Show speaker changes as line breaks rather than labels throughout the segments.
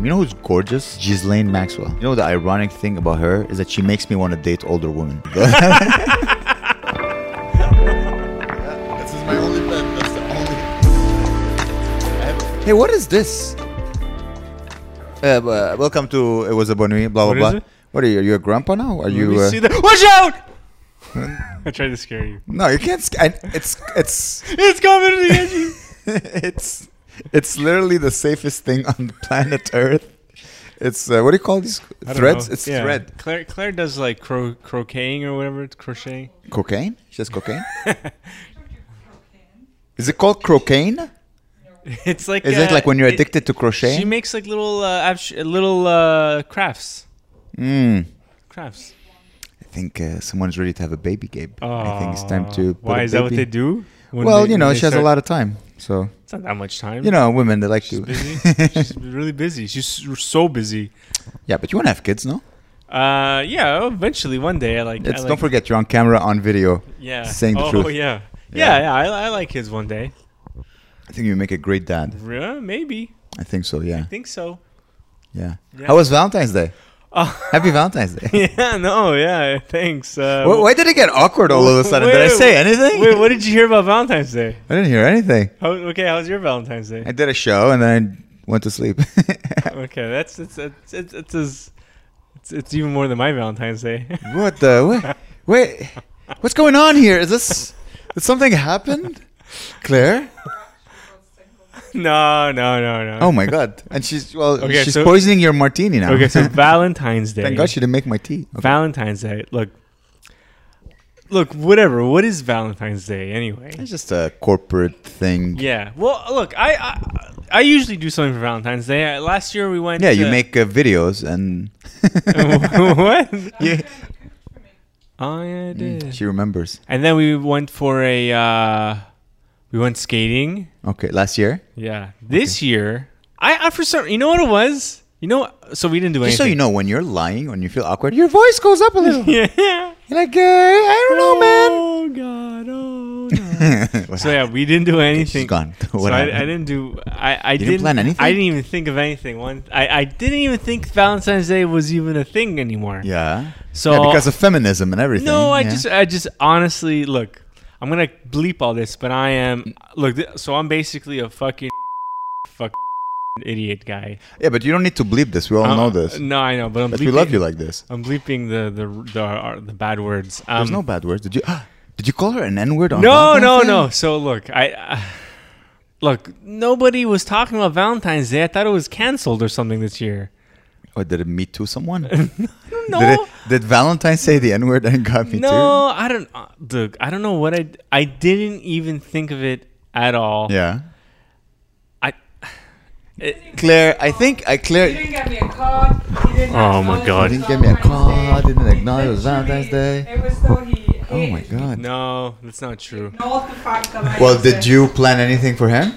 You know who's gorgeous? Ghislaine Maxwell. You know the ironic thing about her is that she makes me want to date older women.
This is my only plan. That's the only. I have
hey, what is this? Uh, uh, welcome to It Was a Bonnie, blah, blah,
What is
blah.
it?
What are you? Are you a grandpa now? Are
You
you. Uh,
see that? Watch out! I tried to scare you.
no, you can't. Sc- I, it's. It's.
It's coming to get you.
it's. It's literally the safest thing on planet Earth. It's. Uh, what do you call these?
I don't
Threads?
know.
It's
Yeah.
thread.
Claire Claire does like cro- croqueting or whatever. It's crocheting.
Cocaine? She has cocaine? is it called crocaine?
It's like
Is it
uh,
like when you're
it-
addicted to crochet?
She makes like little uh, abs- little uh, crafts.
Mm.
Crafts.
I think uh, someone's ready to have a baby, Gabe. I think it's time to. put
Oh. Ah, Why
a
is that what
baby-
they do? When
well, you
they- when
know,
they
she has a
start-
lot of time, so
It's not that much time.
you know, women they like
she's
to.
busy. she's really busy. She's s- so busy.
yeah, but you want to have kids, no?
Uh, yeah. Eventually, one day, I like. I
It's,
like
don't forget, you're on camera, on video.
Yeah.
saying the
oh,
truth.
yeah.
Yeah.
Yeah, yeah. I, I like kids one day.
I think you make a great dad.
Yeah, maybe.
I think so. Yeah,
think so.
yeah.
Yeah.
How was Valentine's Day?
Oh,
Happy Valentine's Day.
yeah, no, yeah, thanks. Uh,
Wh- Why did it get awkward all of a sudden? Did I
wait,
say anything?
Wait, what did you hear about Valentine's Day?
I didn't hear anything.
How, okay, how was your Valentine's Day?
I did a show and then I went to sleep.
Okay, that's it's it's it's it's, as, it's, it's even more than my Valentine's Day.
what the? What, wait, what's going on here? Is this? Did something happen, Claire?
no, no, no, no.
Oh my god! And she's well,
Okay,
she's
so-
poisoning your martini now.
Okay, so Valentine's Day.
Thank God she didn't make my tea. Okay.
Valentine's Day. Look, look, whatever. What is Valentine's Day anyway?
It's just a corporate thing. Yeah,
Yeah. Well, look, I I, I usually do something for Valentine's Day. I, last year we went.
you
to-
make uh, videos and.
what?
Yeah.
Oh yeah, I did.
She remembers.
And then we went for a uh, we went skating.
Okay, last year.
Yeah. This year, I, I for some you know what it was. You know, so we didn't do
Just so you
anything.
know, when you're lying, when you feel awkward, your voice goes up a little.
you know. Yeah.
You're like, uh, I don't know, man.
Oh god. Oh. No.
What
so
happened?
yeah, we didn't do anything.
she's gone.
So
What
I, I
happened?
didn't do. I, I
didn't plan anything?
I didn't even think of anything. One, I, I didn't even think Valentine's Day was even a thing anymore.
Yeah.
So
yeah, because of feminism and everything.
No, I
yeah.
just, I just honestly look. I'm gonna bleep all this, but I am look. Th- so I'm basically a fucking fuck idiot guy.
Yeah, but you don't need to bleep this. We all
Uh,
know this.
No, I know, but I'm.
But
bleeping,
we love you like this.
I'm bleeping the the the, uh, the bad words. Um,
There's no bad words. Did you? Did you call her an N word on?
no, no,
Valentine's Day?
no. So look, I. Uh, Look, nobody was talking about Valentine's Day. I thought it was canceled or something this year.
Or did it me too someone?
No,
Did, it, did Valentine say the N word and got me
no, I don't. Uh, look, I don't know what I. I didn't even think of it at all.
too? Yeah.
I. It,
Claire, I think I
He
Claire.
didn't get me a card. He didn't
Oh my God.
acknowledge it
He didn't
was
get me a
Valentine's
card,
Day.
didn't acknowledge it was
Literally,
Valentine's Day.
It was though he.
Oh my
hated-
god.
No, that's not true.
ignored the fact that I
Well,
was
did
there.
you plan anything for him?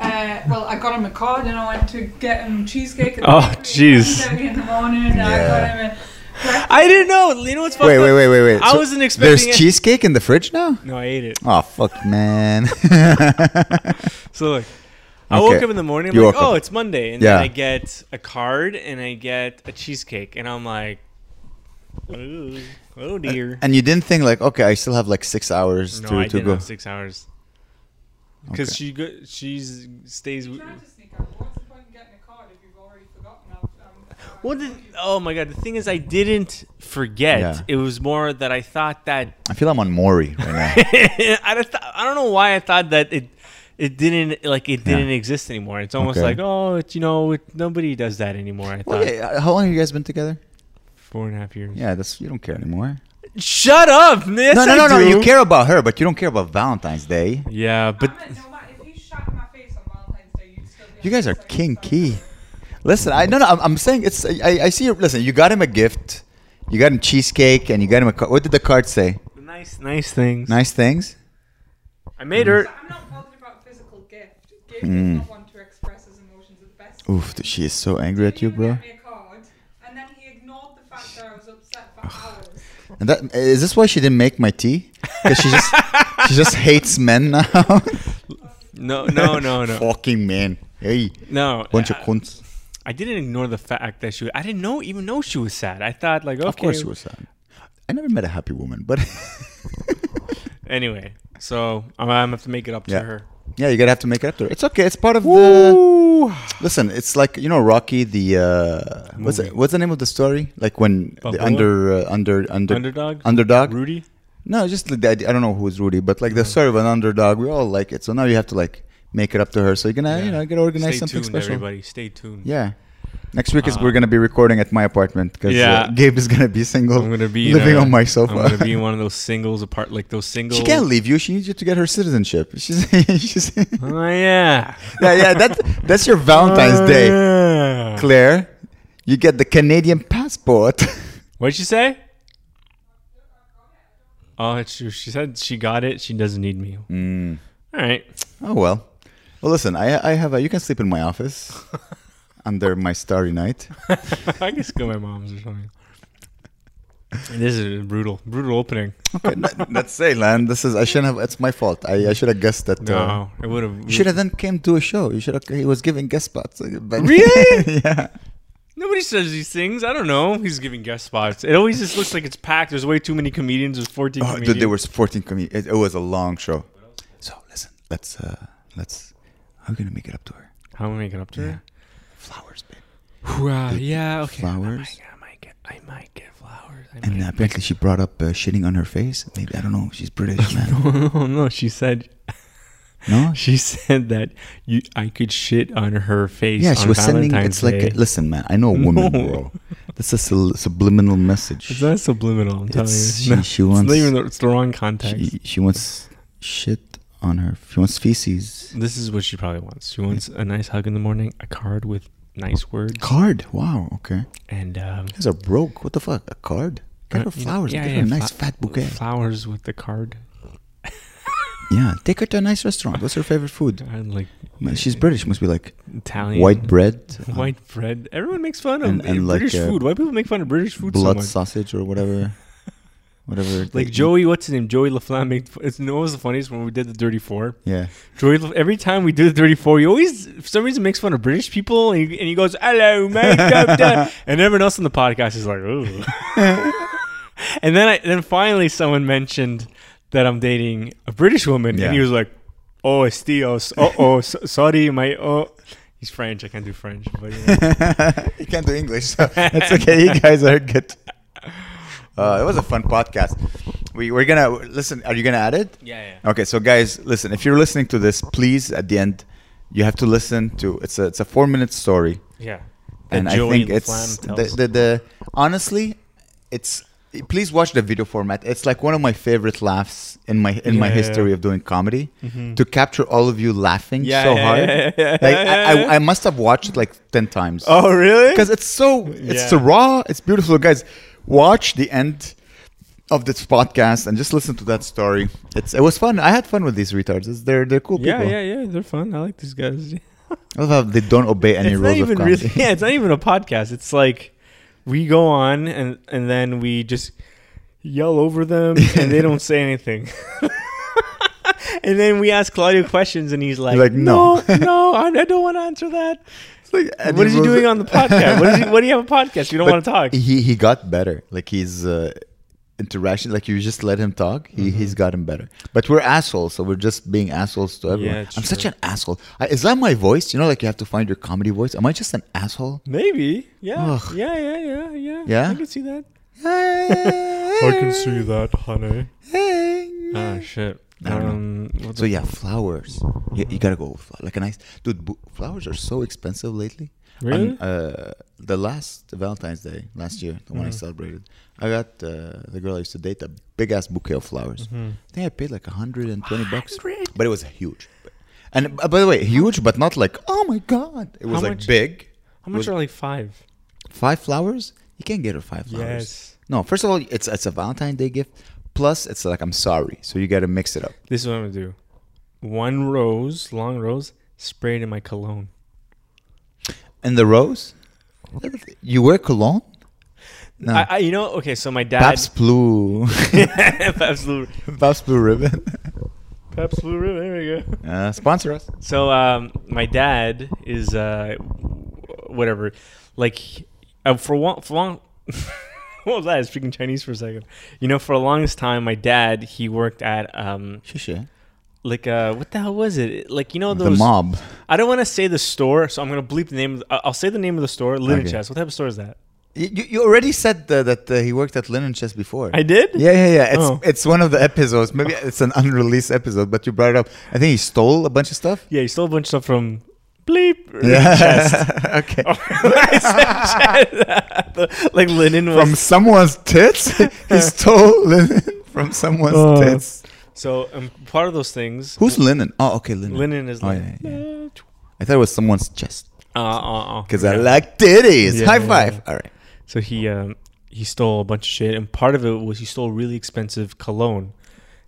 Uh, well, I got him a card and I went to get him cheesecake. At
Oh, jeez.
jeez. In the morning, and I
Yeah.
got him a breakfast.
I didn't know. You know what's fucked
Wait,
up?
wait, wait, wait, wait.
I wasn't expecting
There's
it.
cheesecake in the fridge now.
No, I ate it.
Oh fuck, man.
So look, I
Okay.
woke up in the morning. I'm
You
like,
woke up.
oh, it's Monday, and
Yeah.
then I get a card and I get a cheesecake, and I'm like, Ooh, oh dear.
and you didn't think like, okay, I still have like six hours
no,
to
I
to
didn't
go.
have six hours because
Okay.
she go, she's stays.
You
w-
tried to sneak out. What's the point in getting a card if you've already forgotten? I've- I'm- I'm-
What did? Oh my god! The thing is, I didn't forget.
Yeah.
It was more that I thought that
I feel I'm on Maury right now.
I, just thought- I don't know why I thought that it it didn't like it didn't exist anymore. It's almost
Okay.
like oh, it, you know, it, nobody does that anymore. I
well,
thought
yeah, how long have you guys been together?
four and a half years.
Yeah, that's you don't care anymore.
Shut up! Yes,
no, no,
I
no, no.
do.
You care about her, but you don't care about Valentine's Day.
Yeah, but
I meant, no matter if you shot in my face on Valentine's Day, you'd still be
You guys are
like,
kinky. Listen, I no no. I'm, I'm saying it's. I, I see. you Listen, you got him a gift. You got him cheesecake, and you got him a. Card. What did the card say?
nice, nice things.
Nice things.
I made her.
I'm not bothered about physical gift. Gift
Mm.
is not one to express his emotions at the best.
Oof, th- she is so angry
He
at you,
didn't
bro.
get me a card, and then he ignored the fact that I was upset for hours.
And that is this why she didn't make my tea? Because she just she just hates men now.
No, no, no, no,
Fucking men. Hey,
no.
bunch of
I-
cunts.
I didn't ignore the fact that she. I didn't know even know she was sad. I thought like okay.
Of course, she was sad. I never met a happy woman, but
Anyway, so I'm, I'm gonna have to make it up to
Yeah.
her.
yeah, you gotta have to make it up to her. It's okay. It's part of the.
Ooh.
Listen, it's like you know Rocky. The uh, what's it,
Movie.
what's the name of the story? Like when the
Balboa?
under uh, under under
Underdog?
underdog.
Rudy. Mm.
No, just like the idea- I don't know who's Rudy, but like the story of an underdog. We all like it, so now you have to like make it up to her. So you're gonna you
Yeah.
know get organize
Stay
something
tuned,
special.
everybody. Stay tuned.
Yeah. Next week is
Uh,
we're gonna be recording at my apartment because
Yeah.
Gabe is gonna be single.
I'm gonna be in
living
a-
on my sofa.
I'm gonna be in one of those singles apart, like those singles.
She can't leave you. She needs you to get her citizenship. She's, she's yeah,
Oh yeah.
yeah. That's that's your Valentine's
Oh,
Day,
yeah.
Claire. You get the Canadian passport.
What'd she say? Oh, it's true. She said she got it. She doesn't need me.
Mm.
All right.
oh well. Well, listen. I I have a. You can sleep in my office under my starry night.
I guess go my mom's or something. This is a brutal, brutal opening.
Okay, n- let's say, man. This is I shouldn't have. It's my fault. I, I should have guessed that. uh,
No, it would have.
you should have then came to a show. You should have. He was giving guest spots. But
Really?
yeah.
Nobody says these things. I don't know. He's giving guest spots. It always just looks like it's packed. There's way too many comedians. There's 14
Oh,
comedians.
dude, there was 14 comedians. It, it was a long show. So listen, let's uh let's. How are we gonna make it up to her?
How am I making up to that?
Flowers, babe.
Wow. Yeah. Okay. I
flowers.
might, I might get. I might get flowers. I
And
might-
apparently she brought up uh, shitting on her face. Maybe I don't know. She's British, man.
oh no! She said.
No.
She said that you. I could shit on her face.
Yeah, she
on
was sending.
Valentine's
It's like,
Day.
a, listen, man. I know a woman,
No.
bro. That's a sul- subliminal message.
It's not subliminal. I'm telling you.
It's-
No,
she- she
it's
wants-
not even. The, it's the wrong context.
She, she wants shit on her. She wants feces.
This is what she probably wants. She wants a nice hug in the morning, a card with nice words,
Card. Wow. Okay.
and um,
You guys are broke. What the fuck? A card? Get her
Uh, you know,
flowers.
yeah,
Get her
yeah,
a nice
fla-
fat bouquet.
Flowers with the card.
yeah. Take her to a nice restaurant. What's her favorite food?
uh, And like
Man, she's British. Must be like
Italian.
white bread, uh,
White bread. Everyone makes fun of
And-
uh,
and like,
British
uh,
food. Why people make fun of British food so
blood
much?
sausage, or whatever. Whatever. they
Like
eat.
Joey, what's his name? Joey LaFlamme. Made, it's you know what was the funniest when we did the Dirty Four.
Yeah.
Joey, La- every time we do the Dirty Four, he always for some reason makes fun of British people, and he, and he goes, "Hello, mate," da- da," and everyone else on the podcast is like, "Ooh." and then, I, then finally, someone mentioned that I'm dating a British woman,
Yeah.
and he was like, "Oh, estios. Oh, oh, so, sorry, my oh." He's French. I can't do French, but yeah.
you can't do English, so that's okay. You guys are good. Uh, it was a fun podcast. We we're gonna listen. Are you gonna add it?
yeah, yeah.
Okay, so guys, listen. If you're listening to this, please at the end, you have to listen to it's a it's a four minute story,
yeah.
and
That
I
Joey
think it's
LaFlamme
the,
tells-
the the honestly, it's please watch the video format. It's like one of my favorite laughs in my in my
Yeah. Mm-hmm.
history of doing comedy. To capture all of you laughing
Yeah,
so
yeah,
hard,
yeah, yeah,
like
yeah,
I,
yeah.
I, I must have watched it like ten times
Oh, really?
because it's so it's
Yeah.
so raw it's beautiful guys watch the end of this podcast and just listen to that story it's it was fun i had fun with these retards It's- they're they're cool
yeah,
people
yeah, yeah. They're fun. I like these guys.
i love how they don't obey any
it's
rules
not even
of comedy
really yeah it's not even a podcast it's like we go on and and then we just yell over them and they don't say anything and then we ask claudio questions and he's like,
like, "No."
no no i, I don't want to answer that
Any
what is he
rules-
doing on the podcast what, is he, what do you have a podcast you don't
But
want to talk
he he got better like he's uh interaction like you just let him talk he,
Mm-hmm.
he's gotten better but we're assholes so we're just being assholes to everyone
Yeah, it's
i'm such
true.
an asshole I, is that my voice you know like you have to find your comedy voice am i just an asshole
maybe yeah
Ugh.
yeah yeah yeah yeah
Yeah?
i can see that
i
that honey
that
oh shit
I don't know.
um what
So
the-
yeah, flowers. You, you gotta go with flowers. like a nice dude. Bu- flowers are so expensive lately. On,
Really?
uh, the last Valentine's Day last year, the
Mm-hmm.
one I celebrated, I got uh, the girl I used to date a big ass bouquet of flowers.
Mm-hmm.
I think I paid like hundred and twenty bucks,
100?
but it was huge. And uh, by the way, huge, but not like oh my god. It was
How
like
much-
big.
how much are like five
Five flowers? You can't get her five flowers.
Yes.
No. First of all, it's it's a Valentine's Day gift. Plus, it's like I'm sorry, so you gotta mix it up.
This is what I'm gonna do. One rose, long rose, spray it in my cologne.
And the rose? You wear cologne? No.
I, I, you know, okay. So my dad,
Paps Blue.
Pabst Blue,
Paps Blue Ribbon.
Pabst Blue Ribbon. There we go.
Uh, sponsor us.
So um, my dad is uh, w- whatever. Like uh, for one, for long. what was that? I was speaking Chinese for a second. You know, for the longest time, my dad he worked at um
Shisha.
like uh what the hell was it? Like you know
eh? The
those.
mob.
I don't want to say the store, so I'm gonna bleep the name. Of the, I- I'll say the name of the store. Linen
Okay.
Chest. What type of store is that?
You, you- you already said uh, that uh, he worked at Linen Chest before.
I did.
Yeah, yeah, yeah. It's
Oh.
it's one of the episodes. Maybe it's an unreleased episode, but you brought it up. I think he stole a bunch of stuff.
Yeah, he stole a bunch of stuff from bleep.
Yeah.
Chest.
okay.
Oh, I said chest. like linen was
From someone's tits, he stole linen from someone's
Oh.
tits.
So um, part of those things.
Who's linen? Oh, okay, linen.
linen is
Oh,
like.
yeah, I thought it was someone's chest
Uh, uh, uh,
because I
yeah.
like titties.
Yeah,
High
yeah,
five.
yeah.
All right.
So he um, he stole a bunch of shit, and part of it was he stole really expensive cologne.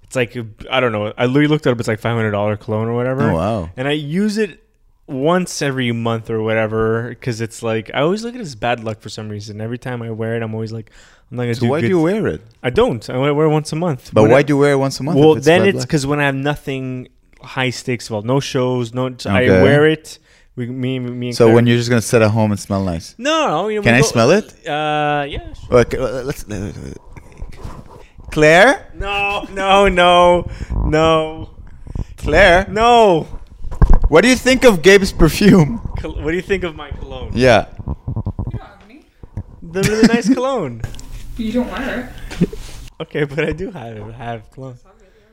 It's like I don't know. I literally looked it up. It's like five hundred dollar cologne or whatever.
Oh, wow.
And I use it once every month or whatever because it's like I always look at it as bad luck for some reason. Every time I wear it, I'm always like, I'm not gonna
So
do.
why do
good-
you wear it?
I don't. I wear it once a month.
But
When
why
I-
do you wear it once a month?
Well,
if
then
bad
it's
luck?
because when I have nothing high stakes involved, no shows, no. I
Okay.
wear it. We, me, me. And
So
Claire-
when you're just gonna sit at home and smell nice.
no, no, you know,
Can
we
I
go-
smell it?
Uh, yeah. sure.
Okay, well, let's. Claire,
No, no, no, no,
Claire,
no.
what do you think of Gabe's perfume?
Col- What do you think of my cologne?
Yeah.
You don't have any.
The really nice cologne.
But you don't wear
Okay, but I do have have cologne.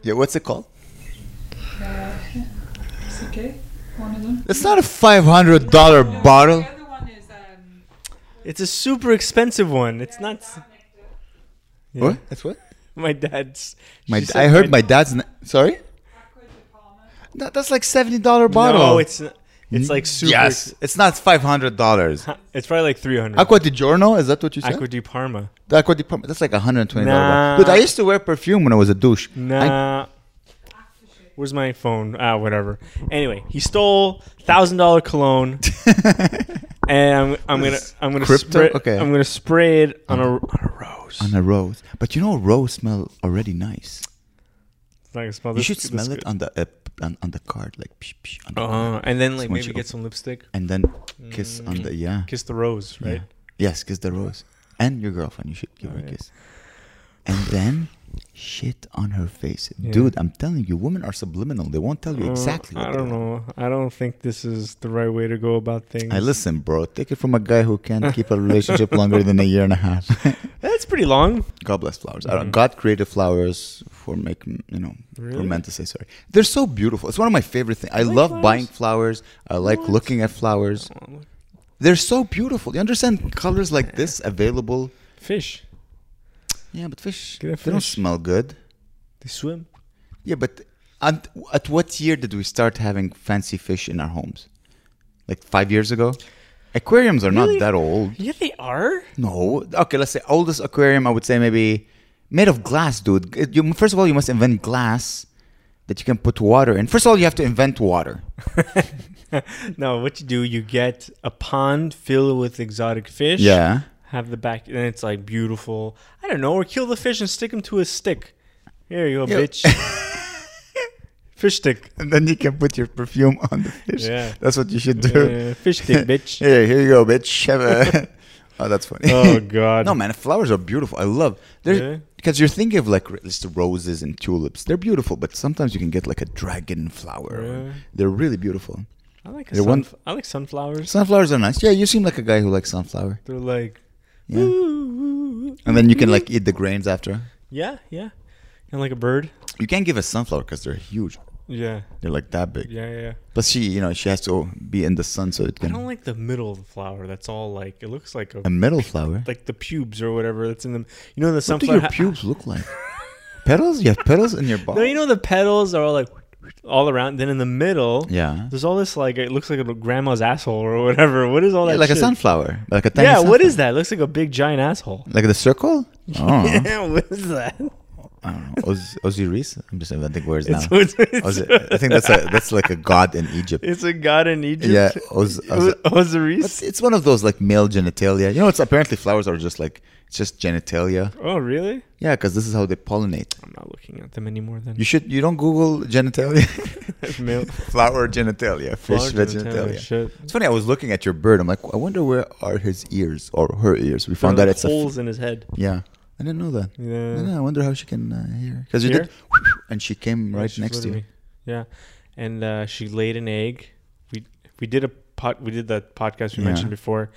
Yeah. What's it called?
it. Uh, it's okay. One of them.
It's not a five hundred dollar bottle.
The other one is um.
It's a super expensive one. It's not. s- Yeah.
What? That's what.
My dad's.
My,
she
d-
said
I heard my dad's. Na- Sorry.
Aqua di Palma.
That, that's like seventy dollar bottle.
No, it's n- it's like super.
Yes, it's not five hundred dollars.
It's probably like three hundred.
Aqua di Giorno, is that what you said?
Aqua di Parma.
The Aqua di Parma, that's like hundred and twenty dollars.
Nah.
Dude, I used to wear perfume when I was a douche. I-
Nah. Where's my phone? Ah, whatever. Anyway, he stole thousand dollar cologne, and I'm, I'm gonna I'm gonna
Crypto?
spray.
Okay.
I'm gonna spray it on a, on a rose.
on a rose, but you know, rose smell already nice.
It's not gonna smell.
You
this-
should
this
smell it
good.
on the uh, p- on, on the card, like psh, psh, on the card.
Uh, and then like
So once
maybe
you
get some lipstick.
and then kiss on the yeah.
Mm. Kiss the rose,
yeah.
right?
Yes, kiss the rose, and your girlfriend. You should give her a
Alright.
kiss, and then shit on her face,
Yeah.
dude. I'm telling you, women are subliminal. They won't tell you
Uh,
exactly.
I
they
don't
want.
know. I don't think this is the right way to go about things.
I listen, bro. Take it from a guy who can't keep a relationship longer than a year and a half.
That's pretty long.
God bless flowers. I don't, God created flowers for making, you know, for
Mm-hmm. Really?
men to say sorry. They're so beautiful. It's one of my favorite things. I love
flowers?
buying flowers. I like
What?
looking at flowers. They're so beautiful. You understand colors like this available?
Fish.
Yeah, but fish,
Get a
they don't
fish.
smell good.
They swim.
Yeah, but and at what year did we start having fancy fish in our homes? Like five years ago? Aquariums are
Really?
not that old.
Yeah, they are.
No. Okay, let's say oldest aquarium. I would say maybe made of glass, dude. It- you- first of all, you must invent glass that you can put water in. First of all, you have to invent water.
no, what you do, you get a pond filled with exotic fish.
Yeah.
Have the back, and it's like beautiful. I don't know, or kill the fish and stick him to a stick. Here you go,
Yeah.
bitch. fish stick.
And then you can put your perfume on the fish.
Yeah.
That's what you should
Uh, fish stick, bitch.
Here, here you go, bitch. Have a- oh, that's funny.
Oh, God.
no, man, flowers are beautiful. I love.
Yeah.
They're Because you're thinking of like r- just roses and tulips. They're beautiful, but sometimes you can get like a dragon flower.
Yeah.
They're really beautiful.
I like a
There
sun,
one-
I like sunflowers.
Sunflowers are nice. Yeah, you seem like a guy who likes sunflower.
They're like,
Yeah.
"Ooh, ooh,
And then you can
ooh."
like eat the grains after.
yeah, yeah, and like a bird.
You can't give a sunflower because they're huge.
Yeah,
They're like that big.
yeah, yeah.
But she, you know, she has to be in the sun so it
I
can.
don't like the middle of the flower. That's all like it looks like a
a middle flower.
like the pubes or whatever that's in the you know the
what do
sunflower
your pubes look like? petals? You have petals in your body.
No, you know the petals are all like all around. Then in the middle,
Yeah.
there's all this like it looks like a grandma's asshole or whatever. What is all
Yeah,
that?
like a
shit?
sunflower, like a tiny.
Yeah, what
sunflower.
is that? It looks like a big giant asshole.
Like the circle? Oh.
Yeah, what is that?
I don't know. Oz- Osiris? I'm just inventing words now.
It's, it's, it's,
Osi- I think that's a that's like a god in Egypt.
it's a god in Egypt.
Yeah, Oz- Oz-
Osiris.
It's, it's one of those like male genitalia. You know, it's apparently flowers are just like it's just genitalia.
Oh, really?
Yeah, because this is how they pollinate.
I'm not looking at them anymore. Then
You should you don't Google genitalia,
Male-
flower genitalia, fish
Flower
genitalia.
Shit.
It's funny. I was looking at your bird. I'm like, I wonder where are his ears or her ears. We found
Found
out it's a f-
holes in his head.
yeah. I didn't know that.
Yeah.
I, don't know, I wonder how she can uh, hear because you
Hear?
did, and she came right
She
next to
flirted
you.
me. Yeah, and uh, she laid an egg. We we did a pot. We did that podcast we
Yeah.
mentioned before,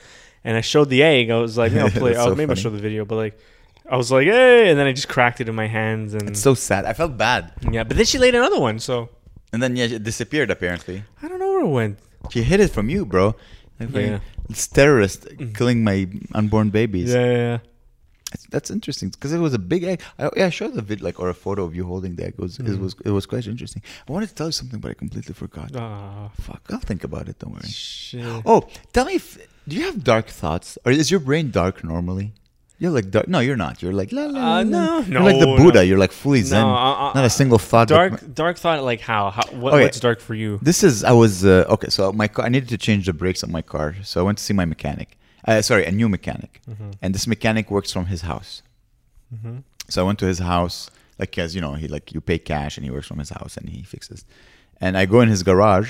and I showed the egg. I was like, "Yeah, I'll play.
That's
I'll,
so
maybe I'll
funny.
show the video, but like, I was like, hey, and then I just cracked it in my hands, and
It's so sad. I felt bad,
yeah. But then she laid another one, so
and then yeah, it disappeared. Apparently,
I don't know where it went.
she hid it from you, bro. Like,
Yeah. Mm.
It's terrorist killing my unborn babies.
Yeah, yeah, yeah.
That's- That's interesting because it was a big egg. I, yeah, I showed the vid like or a photo of you holding the egg. It was
Mm.
it was it was quite interesting. I wanted to tell you something, but I completely forgot.
Ah,
Fuck, I'll think about it. Don't worry.
shit.
Oh, tell me, if, do you have dark thoughts, or is your brain dark normally? You're like dark. No, you're not. You're like la la. la,
Uh,
la.
no,
you're like
no,
the Buddha.
no.
You're like fully zen.
uh, uh,
not a single thought. that-
dark, dark thought. Like how? how what,
Okay.
What's dark for you?
This is I was uh, okay. So my car, I needed to change the brakes on my car, so I went to see my mechanic. Uh, sorry, a new mechanic,
Mm-hmm.
and this mechanic works from his house. So I went to his house, like because you know he like you pay cash, and he works from his house, and he fixes. And I go in his garage,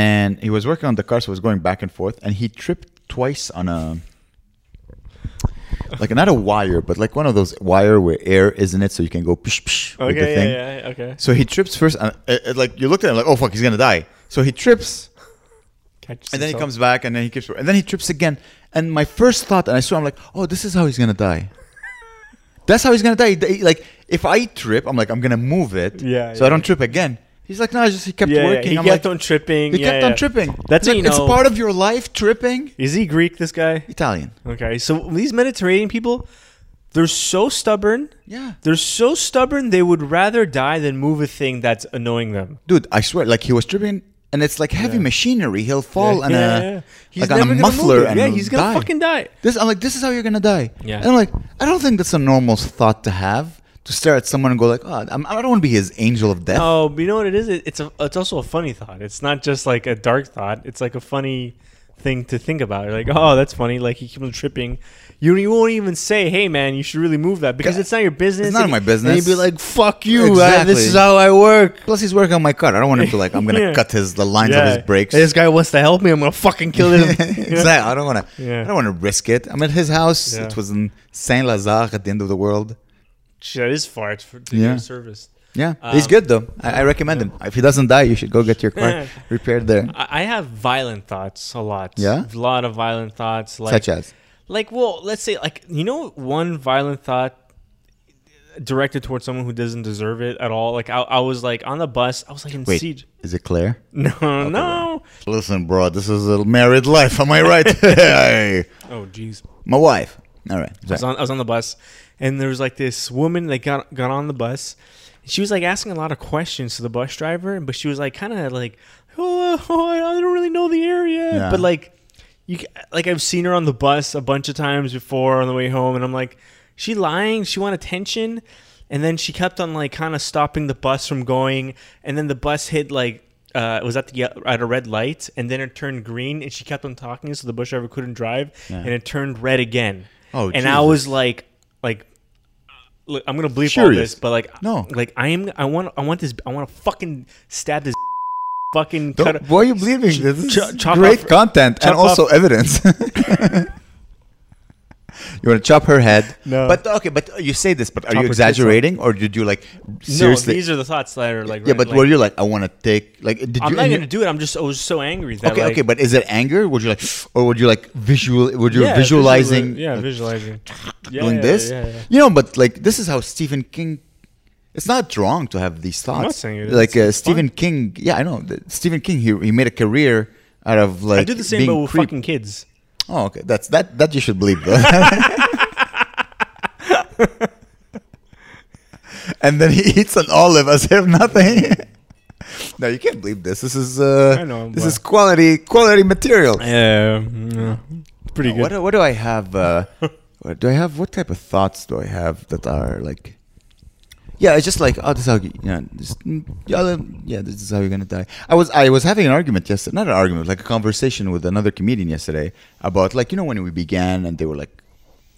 and he was working on the car, so I was going back and forth, and he tripped twice on a. Like not a wire, but like one of those wire where air is in it, so you can go psh psh with the
Okay,
thing.
yeah, yeah, okay.
So he trips first, and uh, uh, like you looked at him like, oh fuck, he's gonna die. So he trips,
Catches
and then he
himself.
comes back, and then he keeps, and then he trips again. And my first thought, and I saw, I'm like, oh, this is how he's gonna die. That's how he's gonna die. He- Like if I trip, I'm like, I'm gonna move it,
Yeah,
so I
yeah.
don't trip again. He's like, no, I just he kept
Yeah, yeah,
working.
he
I'm
kept
like,
on tripping.
He
yeah,
kept
yeah.
on tripping.
That's
like,
how you
it's
know-
part of your life tripping.
Is he Greek? This guy?
Italian,
Okay, so these Mediterranean people, they're so stubborn.
yeah,
They're so stubborn they would rather die than move a thing that's annoying them.
dude. I swear, like he was tripping, and it's like heavy machinery. He'll fall
Yeah,
on
yeah,
a
yeah. He's
uh, like on a
never gonna move
muffler,
it.
and
yeah, he's gonna
die.
fucking die.
This I'm like, this is how you're gonna die.
Yeah.
And I'm like, I don't think that's a normal thought to have to stare at someone and go like, oh, I'm, I don't want to be his angel of death.
Oh, but you know what it is? It- It's a, it's also a funny thought. It's not just like a dark thought. It's like a funny thing to think about. You're like, oh, that's funny. Like he keeps on tripping. You you won't even say, hey man, you should really move that because
Yeah.
it's not your business.
not
And-
my business.
And you'd be like, fuck you. uh,
Exactly.
this is how I work.
Plus, he's working on my car. I don't want him to like, I'm gonna
Yeah.
cut his the lines of his brakes.
And this guy wants to help me. I'm gonna fucking kill him. You know?
exactly. I don't want to.
Yeah.
I don't want to risk it. I'm at his house.
Yeah.
It was in Saint Lazare at the end of the world.
Shit, that is far. It's for to
Yeah.
your service.
Yeah, he's
Um,
good though. I, I recommend him. If he doesn't die, you should go get your car repaired there.
I I have violent thoughts a lot.
Yeah?
a lot of violent thoughts. Like,
Such as
like, well, let's say, like, you know, one violent thought directed towards someone who doesn't deserve it at all. Like, I, I was like on the bus. I was like in
wait,
siege.
is it Claire?
No, no.
Listen, bro, this is a married life. Am I right? Hey,
Oh, jeez.
my wife. All right.
I was, on, I was on the bus, and there was like this woman that got got on the bus. She was like asking a lot of questions to the bus driver, but she was like kind of like, oh, oh, I don't really know the area,
Yeah.
but like, you ca- like I've seen her on the bus a bunch of times before on the way home, and I'm like, she lying, she want attention, and then she kept on like kind of stopping the bus from going, and then the bus hit like. Uh, it was at the ye- at a red light, and then it turned green, and she kept on talking, so the bus driver couldn't drive, and it turned red again.
Oh,
and I
Jesus.
was like, like, look, I'm gonna bleep all
Furious.
this, but like,
No.
like I am, I want, I want this, I want to fucking stab this, fucking
Don't,
cut.
why are you bleeding? This is
Ch- chop
great
off-
content and
chop
also evidence. you want to chop her head?
No.
But okay, but you say this, but are
Chop
you
her tits
exaggerating or did you like seriously?
No, these are the thoughts that are like.
yeah,
right,
but
like,
were you like, I want to take like? Did
I'm
you?
not
and you-
gonna do it. I'm just, I was so angry that.
okay,
like,
okay, but is it anger? Would you like, or would you like visual? Would you
Yeah,
visualizing?
visuali- yeah,
like,
visualizing. Yeah,
doing
yeah,
this?
yeah, yeah.
You know, but like this is how Stephen King. It's not wrong to have these thoughts.
saying it is.
Like uh,
It's
Stephen King. Yeah, I know that Stephen King. He he made a career out of like
I do the same,
being
but with
creep.
fucking kids.
Oh, okay. That's that. That you should believe though. and then he eats an olive as if nothing. no, you can't believe this. This is uh,
I know,
this
but-
is quality quality material.
Yeah, yeah. pretty
What, do- what do I have? Uh, what do I have? What type of thoughts do I have that are like? Yeah, it's just like oh, this is how you, you know, this, mm, yeah, um, yeah, this is how you're gonna die. I was I was having an argument yesterday, not an argument, like a conversation with another comedian yesterday about like you know when we began and they were like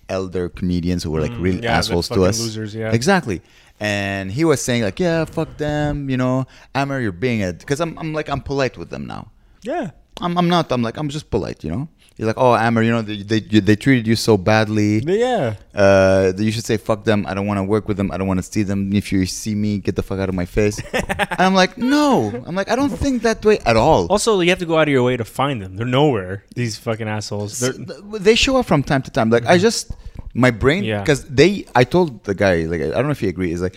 elder comedians who were like real
Mm, yeah, the
assholes to
fucking
us,
losers, yeah.
exactly. And he was saying like yeah, fuck them, you know, Amber, you're being a because I'm I'm like I'm polite with them now.
Yeah.
I'm, I'm not. I'm like I'm just polite, you know. He's like, oh, Amber, you know they they, they treated you so badly.
Yeah.
Uh, you should say fuck them. I don't want to work with them. I don't want to see them. If you see me, get the fuck out of my face. and I'm like, no. I'm like, I don't think that way at all.
Also, you have to go out of your way to find them. They're nowhere. These fucking assholes. They're,
they show up from time to time. Like I just my brain
Yeah.
because they. I told the guy like I don't know if he agrees. Like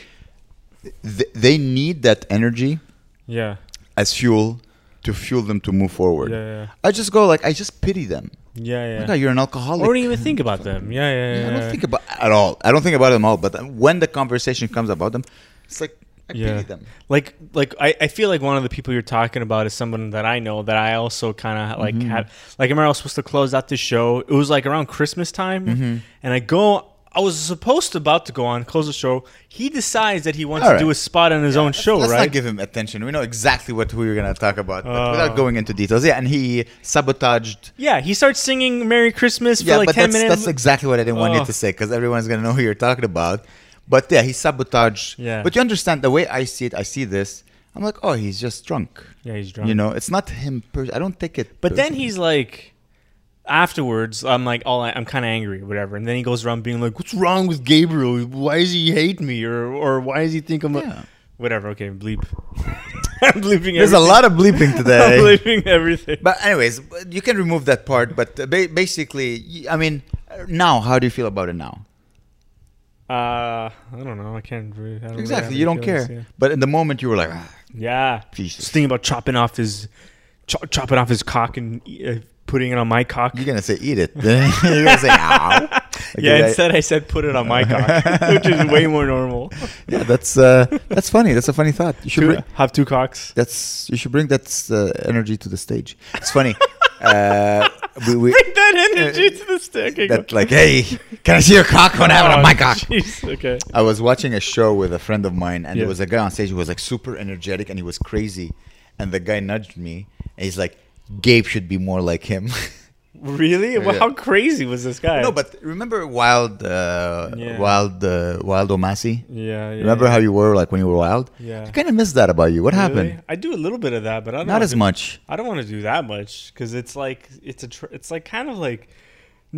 they, they need that energy
yeah.
as fuel to fuel them to move forward.
Yeah, yeah.
I just go like I just pity them.
Yeah.
Like,
Yeah.
oh, you're an alcoholic.
or do you even think about them? Yeah. Yeah. yeah,
Yeah, I
yeah.
don't think about at all. I don't think about them all. But when the conversation comes about them, it's like I pity them.
Like like I, I feel like one of the people you're talking about is someone that I know that I also kind of like
Mm-hmm.
had like I remember I was supposed to close out the show. It was like around Christmas time
Mm-hmm.
and I go I was supposed to about to go on close the show. He decides that he wants
All
to do
right.
a spot on his own show,
Let's
right?
not give him attention. We know exactly what we were gonna talk about, but
Oh.
without going into details. Yeah, and he sabotaged.
yeah, he starts singing Merry Christmas for
yeah,
like
but
10
that's,
minutes.
that's exactly what I didn't want
Oh.
you to say because everyone's gonna know who you're talking about. But yeah, he sabotaged.
Yeah.
But you understand the way I see it. I see this. I'm like, oh, he's just drunk.
yeah, he's drunk.
You know, it's not him. Per- I don't take it.
But then
personally.
he's like, afterwards, I'm like, all I'm kind of angry, or whatever. And then he goes around being like, "What's wrong with Gabriel? Why does he hate me? Or or why does he think I'm a
Yeah.
whatever?" Okay, bleep. I'm bleeping.
There's a
everything.
lot of bleeping
I'm
today.
bleeping everything.
But anyways, you can remove that part. But uh, ba- basically, y- I mean, now how do you feel about it now?
Uh, I don't know. I can't. Really, I don't really have
Exactly,
any
you don't
feelings,
care. But in the moment, you were like, "Ah,
Yeah. yeah.
Jesus.
Just thinking about chopping off his, cho- chopping off his cock and uh, putting it on my cock.
"You're gonna say eat it." You're gonna say, "Ow." Like,
yeah.
I-
Instead, I said put it on my cock, which is way more normal.
yeah, that's uh, that's funny. That's a funny thought. You should.
Two-
Bring,
have two cocks.
that's you should bring that uh, energy to the stage. It's funny. uh, we, we Uh,
Bring that energy to the stick. Okay,
that
go.
like, hey, can I see your cock? What happened
Oh,
on my cock?
jeez, okay.
I was watching a show with a friend of mine, and
Yeah.
there was a guy on stage who was like super energetic and he was crazy. And the guy nudged me, and he's like, Gabe should be more like him.
Really? Well,
Yeah.
how crazy was this guy?
no, but remember Wild, uh,
Yeah.
Wild, uh, Wild Omasi?
yeah, yeah.
Remember how you were like when you were wild?
Yeah.
I kind of missed that about you. What happened?
I do a little bit of that, but I don't.
Not
wanna
as
do-
much.
I don't want to do that much because it's like it's a tr- it's like kind of like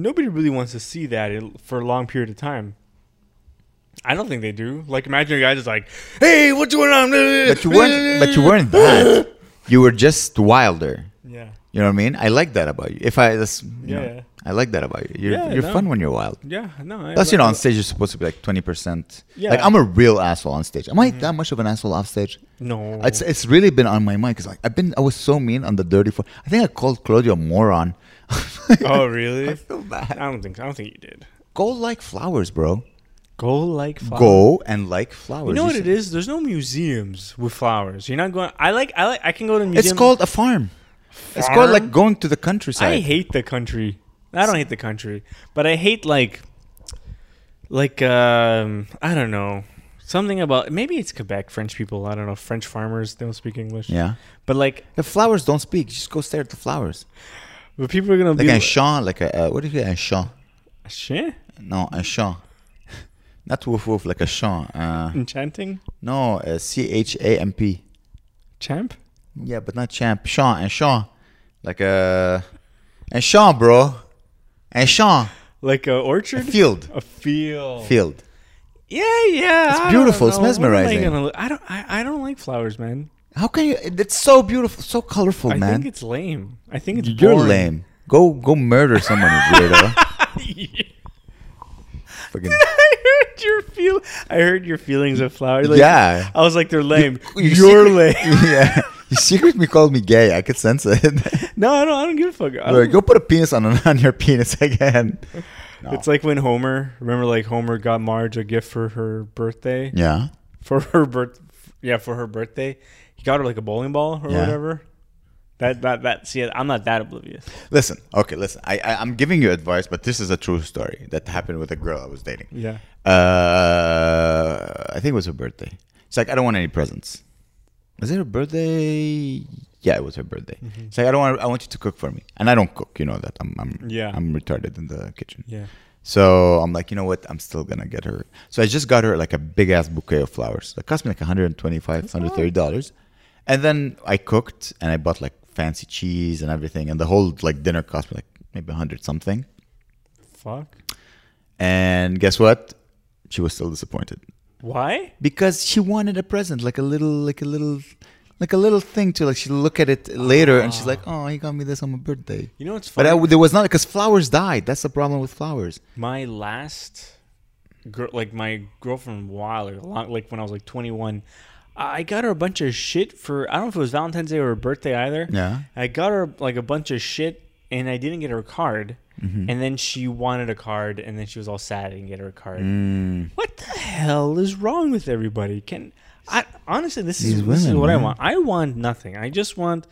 nobody really wants to see that in, for a long period of time. I don't think they do. Like, imagine a guy just like, "Hey, what's going on?"
But you weren't. but you weren't that. You were just wilder.
Yeah,
You know what I mean? I like that about you. If I, that's, you know,
Yeah.
I like that about you. You're,
Yeah,
you're
no.
fun when you're wild.
yeah. No, I-
Plus, you know, on stage you're supposed to be like twenty percent.
Yeah. Mm-hmm.
Like I'm a real asshole on stage. Am I that much of an asshole off stage?
No,
It's it's really been on my mind. Cause like I've been I was so mean on the dirty floor. I think I called Claudio a moron.
oh really?
I feel
I
bad.
don't think I don't think you did.
Go like flowers, bro.
Go like flowers.
Go and like flowers.
You know what it is? There's no museums with flowers. You're not going. I like. I like. I can go to a museum.
It's called a farm. It's called
Farm?
like going to the
I
countryside.
hate the country. I don't hate the country, but I hate like, like um, I don't know, something about maybe it's Quebec French people. I don't know French farmers. They don't speak English.
yeah.
but like,
The flowers don't speak. Just go stare at the flowers.
but people are gonna
Like
be
a chant, like a uh, what do you a chant?
shit
No, a chant. Not woof woof, like a chant. Uh,
enchanting
no, uh, C H A M P.
champ.
Yeah, but not champ. Sean and Sean. Like a. And Sean, bro. And Sean.
Like a orchard,
Field.
a field.
Field.
Yeah, yeah. It's
beautiful. It's mesmerizing.
I don't. I, I don't like flowers, man.
How can you. It's so beautiful, so colorful,
I think
man.
it's lame. I think it's
You're
boring.
lame. Go go murder someone, you weirdo. Fucking-
I heard your feel. I heard your feelings of flowers. Like,
Yeah.
I was like, they're lame.
You
You, are
secret-
lame.
Yeah. You secretly called me gay. I could sense it.
No, I don't. I don't give a fuck. I
Like,
don't-
go put a penis on, on your penis again. No.
It's like when Homer. Remember, like Homer got Marge a gift for her birthday.
yeah.
For her birth. Yeah, for her birthday, he got her like a bowling ball or
Yeah.
whatever. That that that. See, I'm not that oblivious.
Listen, okay, listen. I, I I'm giving you advice, but this is a true story that happened with a girl I was dating.
Yeah.
Uh, I think it was her birthday. It's like I don't want any presents. Is it her birthday? Yeah, it was her birthday. It's like I don't want. I want you to cook for me, and I don't cook. You know that I'm. I'm
Yeah.
I'm retarded in the kitchen.
Yeah.
So I'm like, you know what? I'm still gonna get her. So I just got her like a big ass bouquet of flowers. It cost me like 125, 130 dollars. And then I cooked and I bought like fancy cheese and everything. And the whole like dinner cost me like maybe 100 something.
Fuck.
And guess what? She was still disappointed
Why?
because she wanted a present, like a little, like a little, like a little thing to like. She look at it later and she's like, "Oh, he got me this on my birthday."
You know what's
But
funny?
I, there was not because flowers died. That's the problem with flowers.
my last girl, like my girlfriend, a while or long, like when I was like 21, I got her a bunch of shit for I don't know if it was Valentine's Day or her birthday either.
Yeah.
I got her like a bunch of shit, and I didn't get her a card.
Mm-hmm.
And then she wanted a card, and then she was all sad and get her a card.
Mm.
What the hell is wrong with everybody? Can I honestly? This is
These
this is
women,
what I
man.
want. I want nothing. I just want.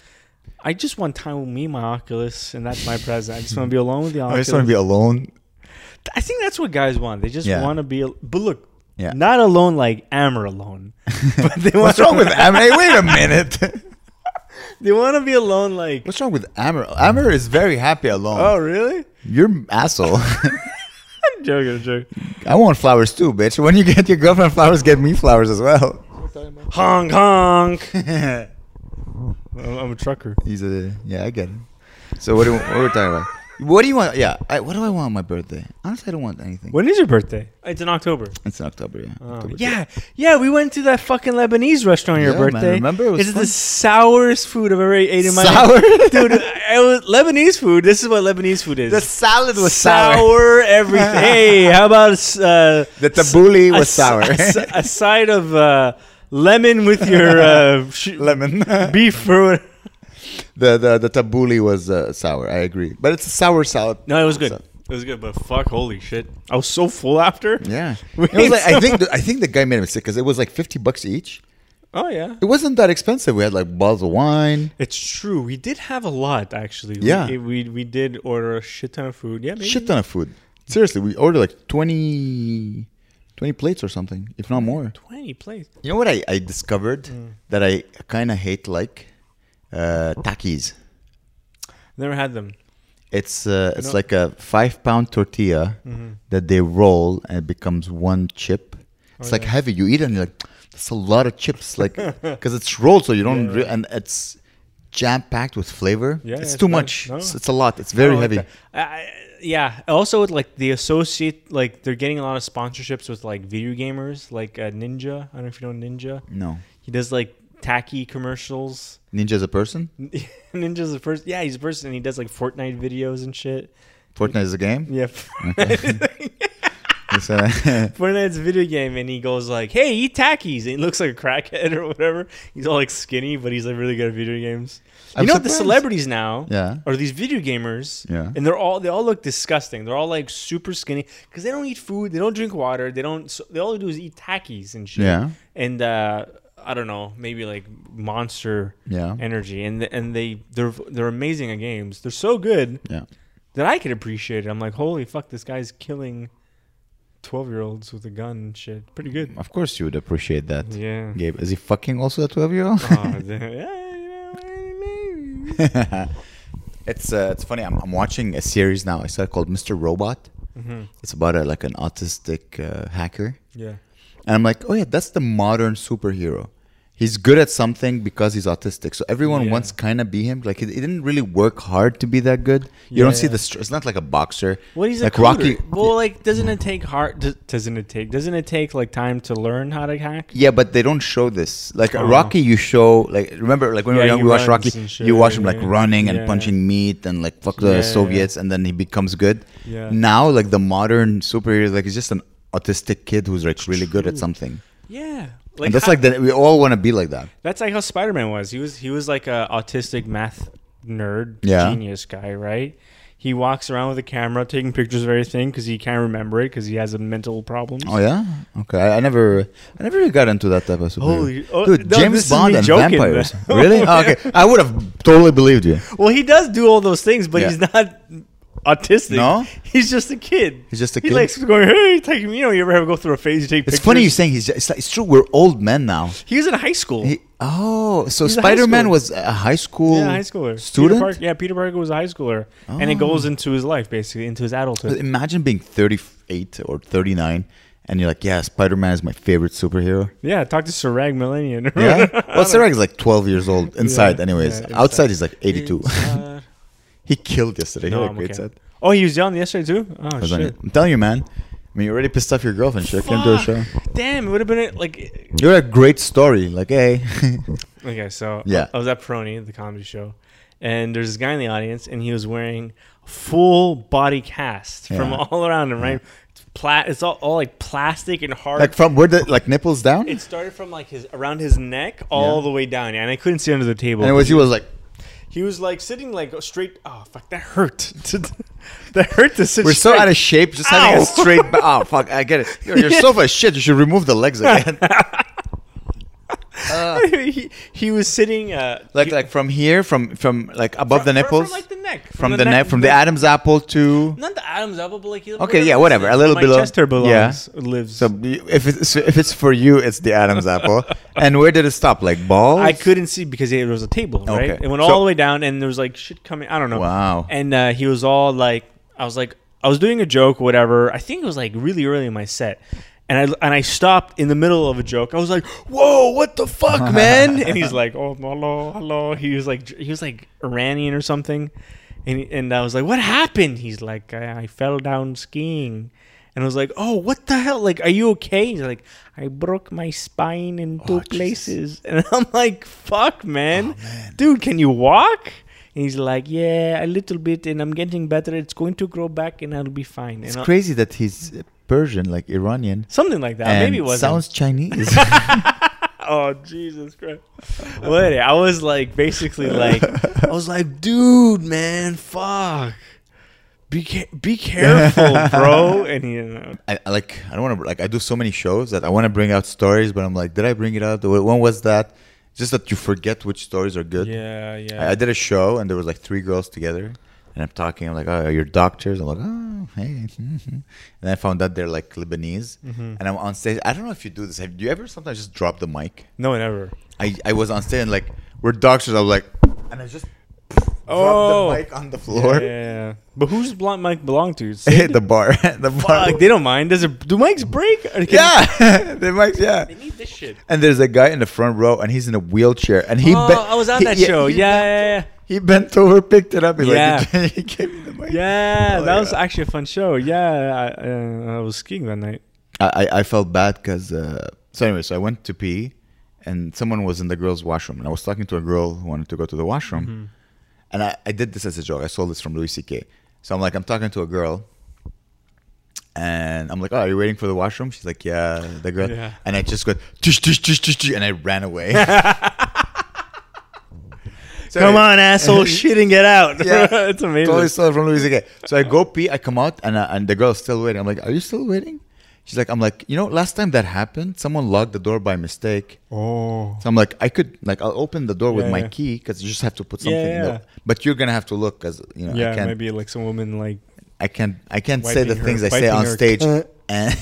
I just want time with me, my Oculus, and that's my present. I just want to be alone with the Oculus.
I just want to be alone.
I think that's what guys want. They just
Yeah.
want to be. al- But look,
Yeah.
not alone like Amber alone. but they want.
What's wrong with Amber? Hey, wait a minute.
They want to be alone like.
What's wrong with Amber? Amber is very happy alone.
Oh really?
You're an asshole.
I'm joking. I'm joking.
I want flowers too, bitch. When you get your girlfriend flowers, get me flowers as well.
Honk honk. I'm, I'm a trucker.
He's a yeah, I get it. So what do what are we talking about? What do you want? Yeah, I, what do I want on my birthday? Honestly, I don't want anything.
When is your birthday? It's in October.
It's in October. Yeah. October.
Oh, Yeah, yeah. We went to that fucking Lebanese restaurant on your
Yeah, man,
birthday.
remember? It was
it's
fun.
the sourest food I've ever ate in my
Sour?
life, dude. It was Lebanese food. This is what Lebanese food is.
The salad was
sour,
sour.
everything. hey, how about uh,
The tabbouleh was
s-
sour.
A, s- a side of uh, lemon with your uh, sh-
Lemon. the
beef or what-
the the tabbouleh was uh, sour. I agree, but it's a sour salad.
no, it was good.
So-
It was good, but fuck, holy shit! I was so full after.
Yeah,
We
it was
ate
like, I
so
think the, I think the guy made a mistake because it was like fifty bucks each.
Oh yeah,
It wasn't that expensive. We had like bottles of wine,
it's true. We did have a lot actually.
Yeah.
we we, we did order a shit ton of food. Yeah, maybe.
shit ton of food. Seriously, we ordered like 20, 20 plates or something, if not more.
Twenty plates.
You know what I, I discovered that I kind of hate like uh, takis.
Never had them.
It's uh, it's
know-
like
Mm-hmm.
a five pound tortilla that they roll and it becomes one chip. It's like
Oh, yeah.
heavy. You eat it and you're like, that's a lot of chips, like because it's rolled, so you don't re- and it's jam packed with flavor.
Yeah,
it's
yeah,
too
it's
much.
nice. No. Oh,
It's, it's a lot. It's very
I don't
heavy.
like that. I- I- yeah. Also, with like the associate, like they're getting a lot of sponsorships with like video gamers, like uh, Ninja. I don't know if you know Ninja.
No,
He does like tacky commercials.
Ninja's a person.
Ninja's the first. Yeah, he's the person. And he does like Fortnite videos and shit.
Fortnite is a game.
Yeah.
It's a-
Fortnite's a video game, and he goes like, "Hey, eat tackies," and he looks like a crackhead or whatever. He's all like skinny, but he's like really good at video games. You
I'm
know the
surprised.
celebrities now
Yeah.
are these video gamers,
Yeah.
and they're all they all look disgusting. They're all like super skinny because they don't eat food, they don't drink water, they don't. So they all they do is eat tackies and shit.
Yeah.
and uh, I don't know, maybe like Monster
Yeah.
Energy, and and they they're they're amazing at games. They're so good
yeah.
that I could appreciate it. I'm like, holy fuck, this guy's killing twelve year olds with a gun and shit. Pretty good.
Of course, you would appreciate that.
Yeah. Uh-huh.
Gabe, is he fucking also a twelve-year-old?
Aw, damn. Yeah, you know, maybe.
it's uh, it's funny. I'm, I'm watching a series now. I saw it called Mr. Robot.
Mm-hmm.
It's about a, like an autistic uh, hacker,
yeah.
and I'm like, oh yeah, that's the modern superhero. He's good at something because he's autistic. So everyone
Yeah.
wants kind of be him. Like it, it didn't really work hard to be that good. You don't see
Yeah.
the. Str- it's not like a boxer.
Well, he's
like
a
Rocky.
coder. Well, like, doesn't it take hard? Does, doesn't it take? Doesn't it take like time to learn how to hack?
Yeah, but they don't show this. Like
Oh.
Rocky, you show like remember like when we
Yeah,
were young,
he
we watched
runs
Rocky.
and shit,
You watch him like
yeah.
running and
Yeah.
punching meat and like fuck the
Yeah, yeah,
Soviets, and then he becomes good.
Yeah.
Now, like the modern superhero, like he's just an autistic kid who's like really good at something,
Yeah.
and that's
how-
like that. We all want to be like that.
that's like how Spider Man was. He was he was like a autistic math nerd
Yeah.
genius guy, right? He walks around with a camera taking pictures of everything because he can't remember it because he has a mental problem.
Oh yeah. Okay. I, I never, I never really got into that type of superhero.
Holy- oh,
dude,
no, this
James
is me
Bond and
joking,
vampires.
man.
Really? Oh, okay. I would have totally believed you.
Well, he does do all those things, but
Yeah.
he's not autistic.
No?
he's just a kid.
He's just a
He
kid?
likes going. Hey, take me. You know, you ever have go through a phase? You take.
It's
pictures.
funny you're saying he's. Just, it's, like, it's true. We're old men now.
He was in high school.
He, oh, so
He's a high
Spider Man
schooler.
was a high school,
yeah, high schooler.
student. Oh.
Peter Park, yeah, Peter Parker was a high schooler, and it goes into his life basically, into his adulthood.
Imagine being 38 or 39, and you're like, yeah, Spider Man is my favorite superhero.
Yeah, talk to Sarag Millennium.
Yeah. well, Sarag is like 12 years old inside, anyways.
yeah, inside.
Outside, he's like 82. he killed yesterday.
No,
he had a
uh, I'm
great
okay.
set.
Oh, he was young yesterday too. Oh
I was on
shit.
it. I'm telling you, man. I mean, you already pissed off your girlfriend. She came to a show.
Fuck. Damn, it would have been it, like.
You're a great story. Like, hey.
Okay, so
Yeah.
I was at Peroni at the comedy show, and there's this guy in the audience, and he was wearing full body cast from
Yeah.
all around him, right? It's Pla- it's all, all like plastic and hard.
like, from where the, like, nipples down?
it started from like his around his neck all
Yeah.
the way down, and I couldn't see under the table.
And it was, he was like,
He was like sitting like straight. Oh fuck, that hurt. that hurt to sit.
we're so
straight.
out of shape. Just having
Ow.
a straight back. Oh, fuck. I get it. You're, you're so full of shit. You should remove the legs again. Uh,
he, he was sitting uh,
like,
he-
like from here, from, from like above the
from-
nipples.
from like the neck,
from, the, neck, from the Adam's apple to.
Not the Adam's apple, but like
Okay, yeah, whatever. A little
my
below.
Chester belongs. Lives.
So y- if it's so if it's for you, it's the Adam's apple. And where did it stop? Like balls.
I couldn't see because it was a table, right?
Okay.
It went
So-
all the way down, and there was like shit coming. I don't know.
Wow.
And uh, he was all like, I was like, I was doing a joke, or whatever. I think it was like really early in my set. And I, and I stopped in the middle of a joke. I was like, "Whoa, what the fuck, man!" and he's like, "Oh, hello, hello." He was like, he was like Iranian or something, and and I was like, "What happened?" He's like, "I, I fell down skiing," and I was like, "Oh, what the hell? Like, are you okay?" He's like, "I broke my spine in two
Oh, Jesus.
places." is- And I'm like, fuck, man.
Oh,
Dude, can you walk? And he's like, yeah, a little bit, and I'm getting better. It's going to grow back, and I'll be fine.
It's
And I-
crazy that he's Persian, like Iranian.
Something like that.
and
Uh, Maybe it wasn't.
sounds Chinese.
oh, Jesus Christ. Well, anyway, I was like, basically, like, I was like, dude, man, fuck. Be, ca- be careful, bro. And, uh, you know,
I, I like I don't want to like I do so many shows that I want to bring out stories, but I'm like, did I bring it out? Wh- When was that? Just that you forget which stories are good.
yeah, yeah.
I, I did a show and there was like three girls together, and I'm talking. I'm like, oh, you're doctors. I'm like, oh, hey. and I found out they're like Lebanese,
Mm-hmm.
and I'm on stage. I don't know if you do this. Have you ever sometimes just drop the mic?
no, never.
I I was on stage and like we're doctors. I was like, and I just
Oh.
dropped the mic on the floor.
Yeah. But who's blunt mic belong to? Sid?
the bar, the bar.
Fuck, they don't mind. Does it, do mics break? Or can-
yeah, the mic. Yeah.
They need this shit.
And there's a guy in the front row, and he's in a wheelchair, and he.
oh,
be-
I was on
he-
that show.
he-
Yeah,
he bent over, picked it up. He's
Yeah.
like, he gave me the mic.
yeah, yeah.
Oh,
that was
yeah.
actually a fun show. Yeah, I, uh, I was skiing that night.
I, I I felt bad because uh, so anyway, so I went to pee, and someone was in the girls' washroom, and I was talking to a girl who wanted to go to the washroom,
Mm-hmm.
and I, I did this as a joke. I stole this from Louis C.K. So I'm like, I'm talking to a girl, and I'm like, oh, are you waiting for the washroom? She's like, yeah, the girl,
Yeah.
and I just went, tush, tush, tush, tush, tush, and I ran away. So
Come
I-
on, asshole, shitting it out.
Yeah.
it's amazing.
Totally stole it from Louis C.K. So I go pee, I come out, and uh, and the girl's still waiting. I'm like, "Are you still waiting?" She's like, "I'm like, you know, last time that happened, someone locked the door by mistake."
oh,
So I'm like, I could like I'll open the door with
Yeah,
my
yeah.
key because you just have to put something.
Yeah,
in the,
yeah.
But you're gonna have to look because you know I
yeah,
can't
maybe like some woman like
I can't I can't say the
Wiping her-
things I say
wiping
on
her
stage.
cunt.
And-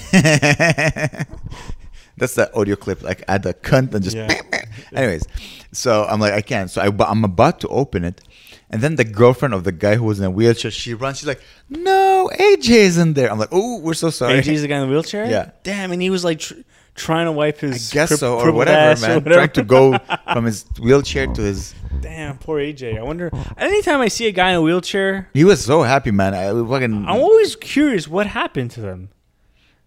That's the audio clip. Like add the cunt and just.
Yeah.
Anyways, so I'm like I can't. So I, I'm about to open it, and then the girlfriend of the guy who was in a wheelchair, she runs. She's like, "No, AJ isn't there." I'm like, "Oh, we're so sorry."
AJ's the guy in the wheelchair.
Yeah.
damn, and he was like tr- trying to wipe
I
his
guess
crip-
so, or
crippled
whatever,
ass
man. Trying to go from his wheelchair to his.
damn, poor AJ. I wonder. Anytime I see a guy in a wheelchair,
He was so happy, man. I we fucking.
I'm always curious what happened to them.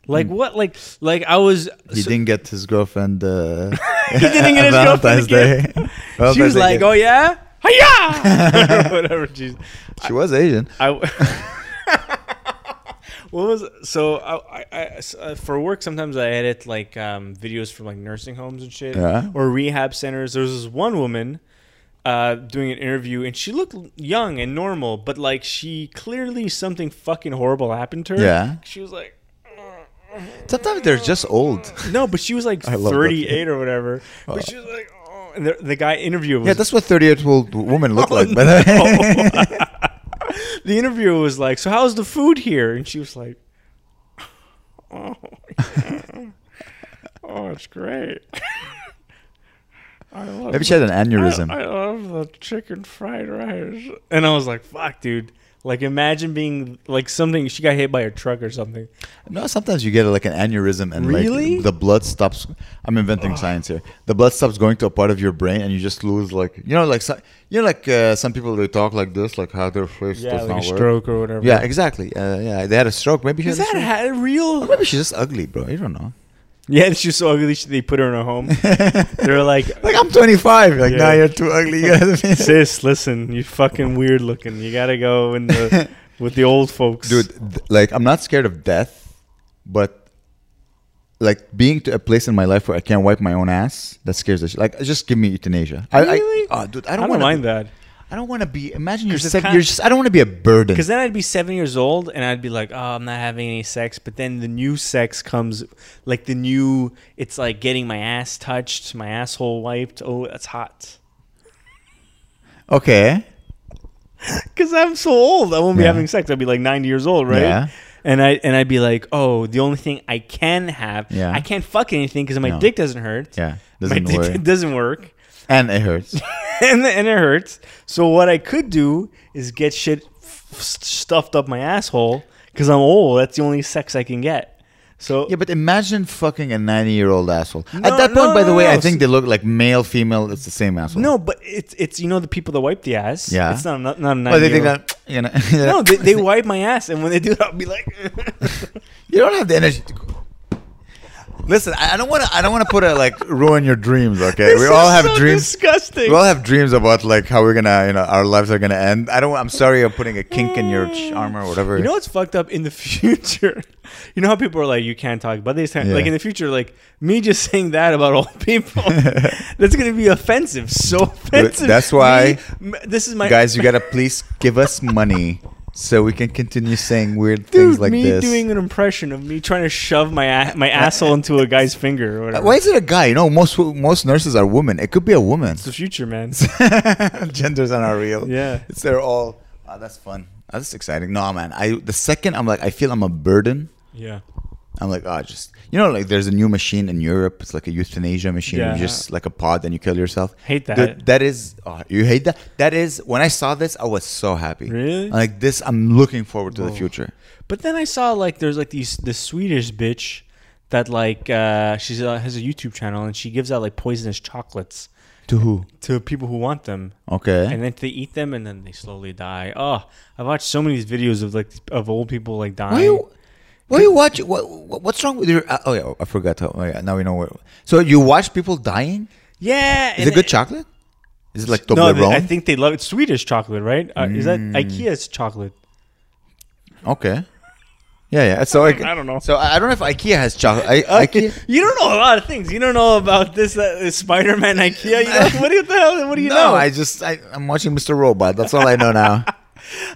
Like what? Like like I was.
Hmm. he didn't get his girlfriend. Uh,
he didn't get his
Valentine's
girlfriend again.
Day. Valentine's
she was
Day
like,
gift.
"Oh yeah, hiya, whatever." Jeez,
she was Asian.
I. what was so? I, I- I- s- uh, for work sometimes I edit like um, videos from like nursing homes and shit
Yeah.
or rehab centers. There was this one woman uh, doing an interview, and she looked young and normal, but like she clearly something fucking horrible happened to her.
Yeah.
she was like.
Sometimes they're just old.
No, but she was like
I love that
38 or whatever. But she was like, oh, and the, the guy interviewer was
Yeah, that's what 38 old women look
Oh,
like. But
the interviewer was like, "So how's the food here?" And she was like, "Oh, yeah. oh it's great. I love
maybe she had an aneurysm.
I, I love the chicken fried rice." And I was like, "Fuck, dude." Like imagine being like something she got hit by a truck or something.
No, sometimes you get like an aneurysm and
Really?
like the blood stops. I'm inventing science here. The blood stops going to a part of your brain and you just lose like you know like so, you know like uh, some people they talk like this like how their face
Yeah,
does
like a
not work.
stroke or whatever.
Yeah, exactly. Uh, yeah, they had a stroke. Maybe she
Is
had a
that
stroke.
ha- real?
Maybe she's just ugly, bro. You don't know.
Yeah, she's so ugly. she- They put her in a home. they were like,
Like I'm 25. Like
Yeah.
now you're too ugly. You gotta
sis, listen, you fucking weird looking. You gotta go in the with the old folks,
dude. Th- like I'm not scared of death, but like being to a place in my life where I can't wipe my own ass that scares the shit. Like just give me euthanasia. I,
Really?
I, oh, dude, I
I
don't,
don't,
wanna
mind
be-
that
I don't want to be. Imagine you're,
'Cause it's
sev-
kind-
you're just. I don't want to be a burden.
because then I'd be seven years old and I'd be like, oh, I'm not having any sex. But then the new sex comes, like the new. It's like getting my ass touched, my asshole wiped. Oh, that's hot.
Okay.
Because I'm so old, I won't be
Yeah.
having sex. I'd be like 90 years old, right?
Yeah.
And I and I'd be like, oh, the only thing I can have,
Yeah.
I can't fuck anything because my
No.
dick doesn't hurt.
Yeah.
my
Doesn't
dick
worry.
doesn't work.
and it hurts.
and, and it hurts. So what I could do is get shit f- stuffed up my asshole because I'm old. That's the only sex I can get. So
yeah, but imagine fucking a 90 year old asshole.
No,
At that
no,
point, by the
no,
way,
no.
I think they look like male, female. It's the same asshole.
no, but it's it's you know the people that wipe the ass.
Yeah.
it's not not, not a
But they
90
think
year old-
that you know. you
No,
know,
they, they wipe my ass, and when they do that, I'll be like,
you don't have the energy. to go. Listen, I I don't want to. I don't want to put a like ruin your dreams. Okay,
"This
we all
is
have
so
dreams.
Disgusting.
We all have dreams about like how we're gonna, you know, our lives are gonna end. I don't. I'm sorry, I'm putting a kink in your ch- armor or whatever.
You know what's fucked up in the future? You know how people are like, you can't talk about this.
Yeah.
Like in the future, like me just saying that about old people, that's gonna be offensive. So offensive.
that's why-
Me- m- this is my
guys, you gotta please give us money so we can continue saying weird
dude.
things like
me
this.
doing an impression of me trying to shove my a- my asshole into a guy's finger or whatever.
Uh, Why is it a guy? You know, most most nurses are women. It could be a woman.
It's the future, man.
Genders are not real.
Yeah.
it's they're all. Ah, that's fun. Ah, that's exciting. No, man. I the second I'm like, I feel I'm a burden.
yeah.
I'm like, ah, just you know, like there's a new machine in Europe. It's like a euthanasia machine.
Yeah.
You just like a pod and you kill yourself.
Hate that.
Dude, that is, oh, you hate that. That is. When I saw this, I was so happy.
Really?
Like this, I'm looking forward to the future.
But then I saw like there's like these this Swedish bitch that like uh, she's uh, has a YouTube channel and she gives out like poisonous chocolates
To who?
to people who want them.
Okay.
and then they eat them and then they slowly die. Oh, I've watched so many videos of like of old people like
Why
dying.
you? Why you watch? What, what's wrong with your? Uh, oh yeah, I forgot. How, oh, yeah, now we know where. So you watch people dying?
yeah,
Is
and
it good chocolate? Is it like
No, they,
Toblerone?
I think they love it. Swedish chocolate, right? Uh, Is
Hmm.
that IKEA's chocolate?
okay. Yeah, yeah. So I,
I don't know.
So I I don't know if IKEA has chocolate. I, IKEA.
You don't know a lot of things. You don't know about this uh, Spider-Man IKEA. You know, what do you the hell? What do you
No,
know?
I just I, I'm watching Mr. Robot. That's all I know now.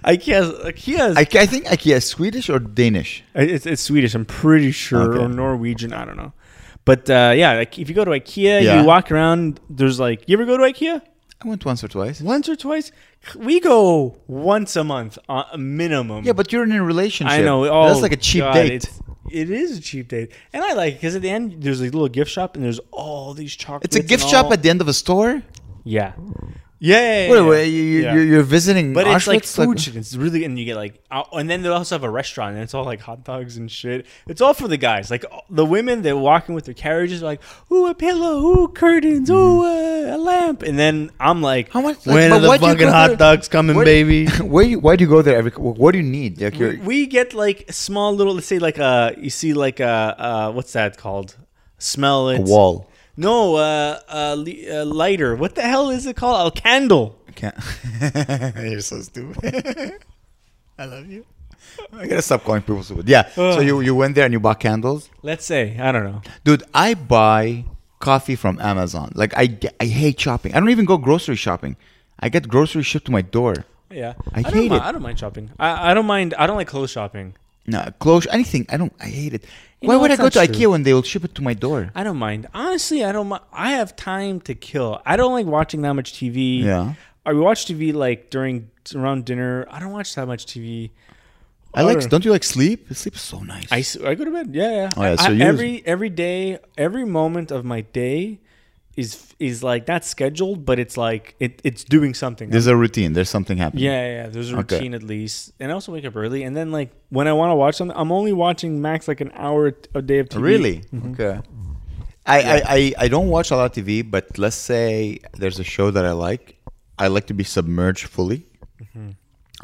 IKEA's IKEA's.
I, I think IKEA is Swedish or Danish.
it's, it's Swedish. I'm pretty sure,
Okay.
or Norwegian. I don't know. But uh, yeah, like if you go to IKEA,
Yeah.
you walk around. There's like, you ever go to IKEA?
I went once or twice.
once or twice. We go once a month, uh, a minimum.
Yeah, but you're in a relationship.
I know. Oh,
that's like a cheap
God,
date.
it's- It is a cheap date, and I like because at the end there's a little gift shop and there's all these chocolates.
It's a gift
and
shop
all-
at the end of a store.
yeah. Yeah, yeah, yeah,
Wait,
yeah.
wait, you, you,
Yeah.
you- you're visiting
But it's like
Auschwitz?
food. shit. it's really, and you get like, out- and then they also have a restaurant, and it's all like hot dogs and shit. It's all for the guys. Like all- the women, they're walking with their carriages, like, ooh, a pillow, ooh, curtains, ooh, uh, a lamp. And then I'm like,
Mm-hmm. How much- like,
when
but
are the
why'd you
fucking
go
hot
there-
dogs coming,
What-
baby?
where you, why do you go there every? What do you need? Like you're,
we get like small little let's say like uh you see like uh uh what's that called smell it
a wall.
no uh, uh, le- uh lighter what the hell is it called a candle
Can't. you're so stupid. I love you. I gotta stop calling people stupid. Yeah. So
Ugh.
you you went there and you bought candles,
let's say i don't know
dude. I buy coffee from Amazon. Like I ge- I hate shopping. I don't even go grocery shopping. I get groceries shipped to my door.
Yeah,
I
don't
hate
mi-
it.
I don't mind shopping. I, I don't mind. I don't like clothes shopping.
No, clothes, anything. I don't. I hate it.
You
Why
know,
would I
that's
go to
not
IKEA
true.
when they will ship it to my door?
I don't mind. Honestly, I don't. mi- I have time to kill. I don't like watching that much TV.
Yeah.
I watch TV like during around dinner. I don't watch that much TV.
I like.
don't-
Don't you like sleep? Sleep is so nice.
I, s- I go to bed. Yeah, yeah.
Oh, yeah, so
I-
you-
every every day, every moment of my day is is like not scheduled, but it's like it, it's doing something.
There's a routine. There's something happening.
yeah, yeah, yeah. There's a
Okay.
routine at least, and I also wake up early. And then like when I want to watch something, I'm only watching max like an hour t- Mm-hmm. a day of TV.
Really? Okay. I, I, I, I don't watch a lot of TV, but let's say there's a show that I like. I like to be submerged fully.
Mm-hmm.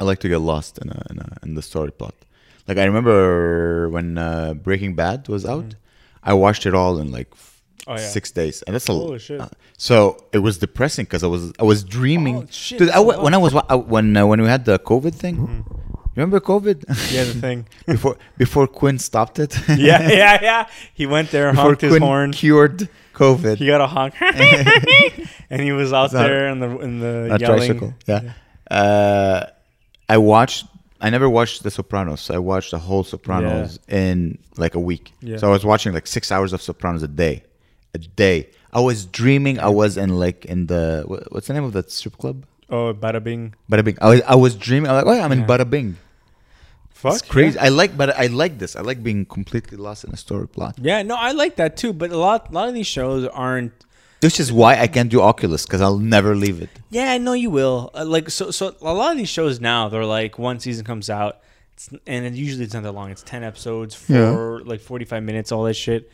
I like to get lost in, a, in, a, in the story plot. Like I remember when uh, Breaking Bad was out, I watched it all in like f-
Mm-hmm. Oh, yeah.
six days, and that's a
Holy shit.
uh, so it was depressing because I was I was dreaming.
Oh, shit,
Dude, I
that's a
wa-
lot.
when I was wa- I- when uh, when we had the COVID thing, remember COVID?
Yeah, the thing.
before before Quinn stopped it.
yeah, yeah, yeah. He went there,
before
honked his
Quinn
horn.
cured COVID.
He got a honk, and he was out
It's not-
there in the in the
a
yelling.
tricycle. Yeah. Uh, I watched. I never watched The Sopranos. So I watched the whole Sopranos in like a week.
Yeah.
So I was watching like six hours of Sopranos a day, a day. I was dreaming. I was in like in the wha- what's the name of that strip club?
Oh, bada bing!
Bada Bing. I was, I was dreaming. I'm like, oh, yeah, I'm in
Yeah.
Bada Bing.
Fuck,
It's crazy. I like, but I like this. I like being completely lost in a story plot.
Yeah, no, I like that too. But a lot, a lot of these shows aren't.
This is why I can't do Oculus because I'll never leave it.
Yeah, I know you will. Uh, like so, so a lot of these shows now they're like one season comes out, it's, and it, usually it's not that long. It's ten episodes for like forty five minutes, all that shit.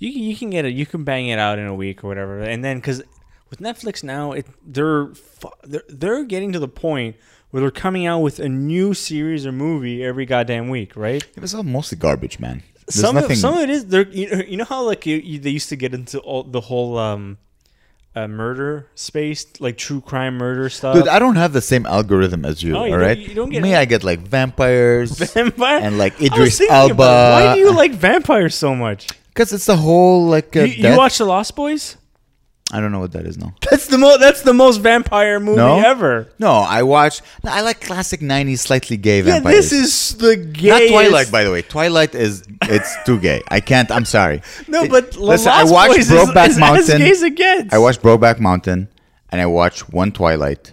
You can- you can get it. You can bang it out in a week or whatever. And then because with Netflix now, it they're fu- they're they're getting to the point where they're coming out with a new series or movie every goddamn week, right?
It was all mostly garbage, man. There's
some
nothing.
of, some of it is there. You know, you know how like you, you, they used to get into all the whole um, uh, murder space, like true crime murder stuff.
Dude, I don't have the same algorithm as you.
Oh, Uh, you
all
don't-
right,
you don't get
me.
it.
I get like vampires,
vampire
and like
I was
Idris
thinking about it.
Alba.
Why do you like vampires so much?
Because it's the whole like. Uh,
You, you
death-
watch The Lost Boys?
I don't know what that is now.
That's the most. That's the most vampire movie
No?
ever.
No, I watch. no, I like classic '90s, slightly gay
Yeah,
vampires.
this is the
not
gayest.
Twilight, by the way. Twilight is it's too gay. I can't. I'm sorry.
No,
It-
but
listen,
Lost
I watched
Boys is-
Brokeback
is as
Mountain.
gay as it gets.
I watched Brokeback Mountain, and I watched one Twilight,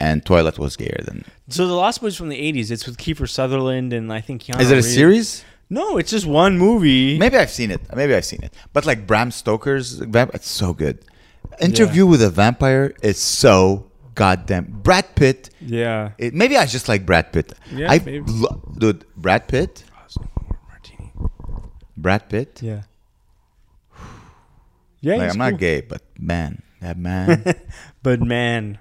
and Twilight was gayer than.
So The Lost Boys from the '80s. It's with Kiefer Sutherland and I think Keanu.
Is it a
Reeves.
series?
No, it's just one movie.
Maybe I've seen it. Maybe I've seen it. But like Bram Stoker's vamp, it's so good. Interview with a Vampire is so goddamn. Brad Pitt.
Yeah.
It, maybe I just like Brad Pitt.
Yeah,
I
maybe.
lo- dude, Brad Pitt.
Martini.
Brad Pitt.
Yeah. Yeah,
like
he's
I'm
cool.
not gay, but man, that man,
But man,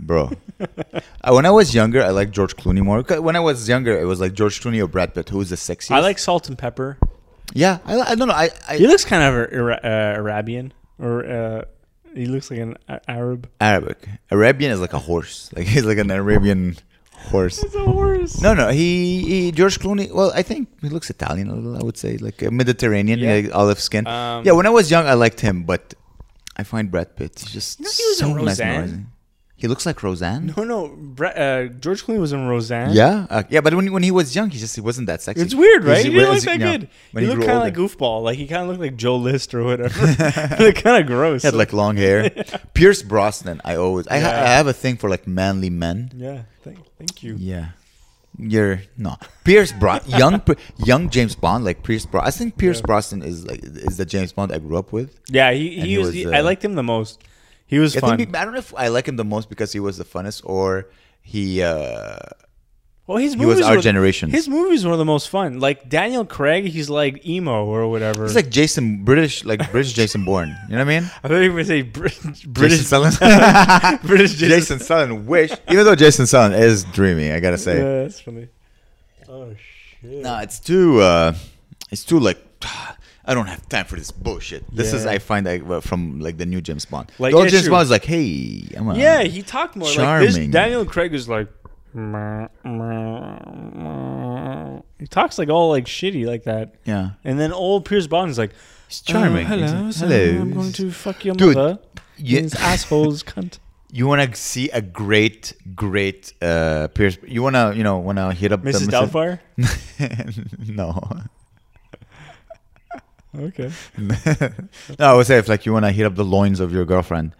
bro. Uh, when I was younger, I liked George Clooney more. 'Cause When I was younger, it was like George Clooney or Brad Pitt. Who's the sexiest?
I like salt and pepper.
Yeah, I, li- I don't know. I, I
He looks kind of Ara- uh, Arabian, or uh, he looks like an A- Arab.
Arabic. Arabian is like a horse. Like he's like an Arabian horse.
It's a horse.
No, no, he, he George Clooney. Well, I think he looks Italian a little. I would say like a Mediterranean,
Yeah.
like olive skin.
Um,
yeah, when I was young, I liked him, but I find Brad Pitt he's just
You know he was
so
in Roseanne?
mesmerizing. He looks like Roseanne.
no, oh, no. Bra- uh, George Clooney was in Roseanne.
Yeah, uh, yeah, but when when he was young, he just he wasn't that sexy.
It's weird,
He's-
right? He
when-
didn't look
as-
that
yeah,
good.
when
he
grew
looked kind of
older.
like goofball. Like he kind of looked like Joe List or whatever. Look kind of gross.
He had like long hair. Pierce Brosnan. I always I, ha-
Yeah.
I have a thing for like manly men.
yeah. Thank, thank you.
Yeah. You're no Pierce Bro young P- young James Bond like Pierce Bro I think Pierce
Yeah.
Brosnan is like is the James Bond I grew up with.
Yeah, he, he,
And he
was.
was,
he-
uh,
I liked him the most. He was
I
fun.
think he- I don't know if I like him the most because he was the funnest or he uh
Well, his
was
movies
our
were,
generation.
His movies were the most fun. Like Daniel Craig, he's like emo or whatever.
he's like Jason British like British Jason Bourne. You know what I mean?
I thought you were gonna say Brit- British
Jason Sutherland.
British Jason.
Jason Sutherland wish even though Jason Sutherland is dreamy, I gotta say.
Yeah, that's funny. Oh shit.
No, it's too. Uh, it's too like. I don't have time for this bullshit. This is
Yeah.
I find like well, from like the new James Bond.
Like,
the old
yeah,
James
true.
Bond is like, hey, I'm a,
Yeah, he talked more. Like this
Charming.
Daniel Craig is like. "Meh, meh, meh." He talks like all like shitty like that.
yeah,
And then old Pierce Bond is like,
he's charming.
"Oh, hello,
He's
sir,
like, hello.
I'm going to fuck your
Dude,
mother.
yeah.
These assholes cunt.
you want to see a great, great uh, Pierce. You want to, you know, want to hit up
Mrs.
The
Doubtfire?
Mrs. no,
Okay.
no. I would say if like you want to hit up the loins of your girlfriend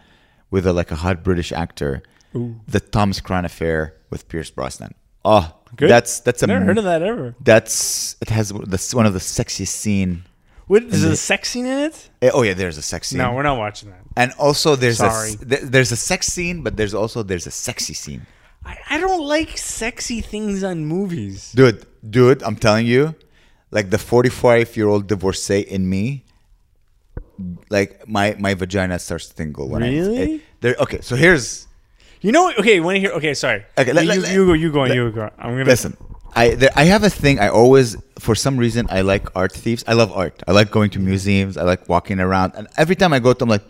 with a, like a hot British actor,
Ooh.
the Tom's Crown affair with Pierce Brosnan. Oh,
Good.
that's that's a
Never heard of that ever.
That's it has that's one of the sexiest scene.
What, is
And
there
the-
a sex scene in it?
Eh, Oh yeah, there's a sex scene.
No, we're not watching that.
and also there's a
Sorry.
s- th- there's a sex scene, but there's also there's a sexy scene.
I, I don't like sexy things on movies.
Dude, dude, I'm telling you, like the 45 year old divorcee in me, like my my vagina starts to tingle when I
Really?
eh, there. Okay, so here's
You know what? Okay, want to hear? Okay, sorry.
Okay, let-
you,
let-
you,
let-
you go. You go.
let-
you go. I'm gonna
listen. I there, I have a thing. I always for some reason I like art thieves. I love art. I like going to museums. I like walking around. And every time I go to, I'm like.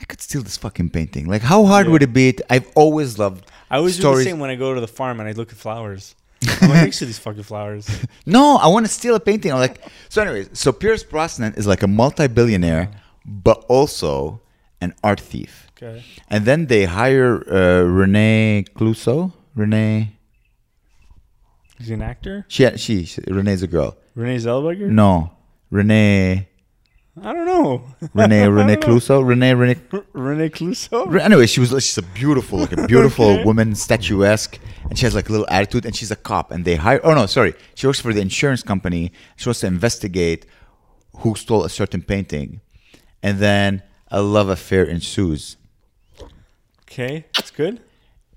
I could steal this fucking painting. Like, how hard
Yeah.
would it be? To, I've always loved.
I always do
stories.
the same when I go to the farm and I look at flowers. I'm like, next to these fucking flowers.
No, I want to steal a painting. I'm like, so, anyways, so Pierce Brosnan is like a multi billionaire, but also an art thief.
Okay.
And then they hire uh, Renee Clouseau. Renee,
Is he an actor?
she, she, she, Renee's a girl.
Renee Zellweger?
No, Renee,
I don't know.
Renee, Renee
I don't know.
Clouseau. Renee, Renee.
Renee Clouseau?
Re- Anyway, she was she's a beautiful, like a beautiful
Okay.
woman, statuesque, and she has like a little attitude, and she's a cop, and they hire. Oh no, sorry, she works for the insurance company. She wants to investigate who stole a certain painting, and then a love affair ensues.
okay, that's good.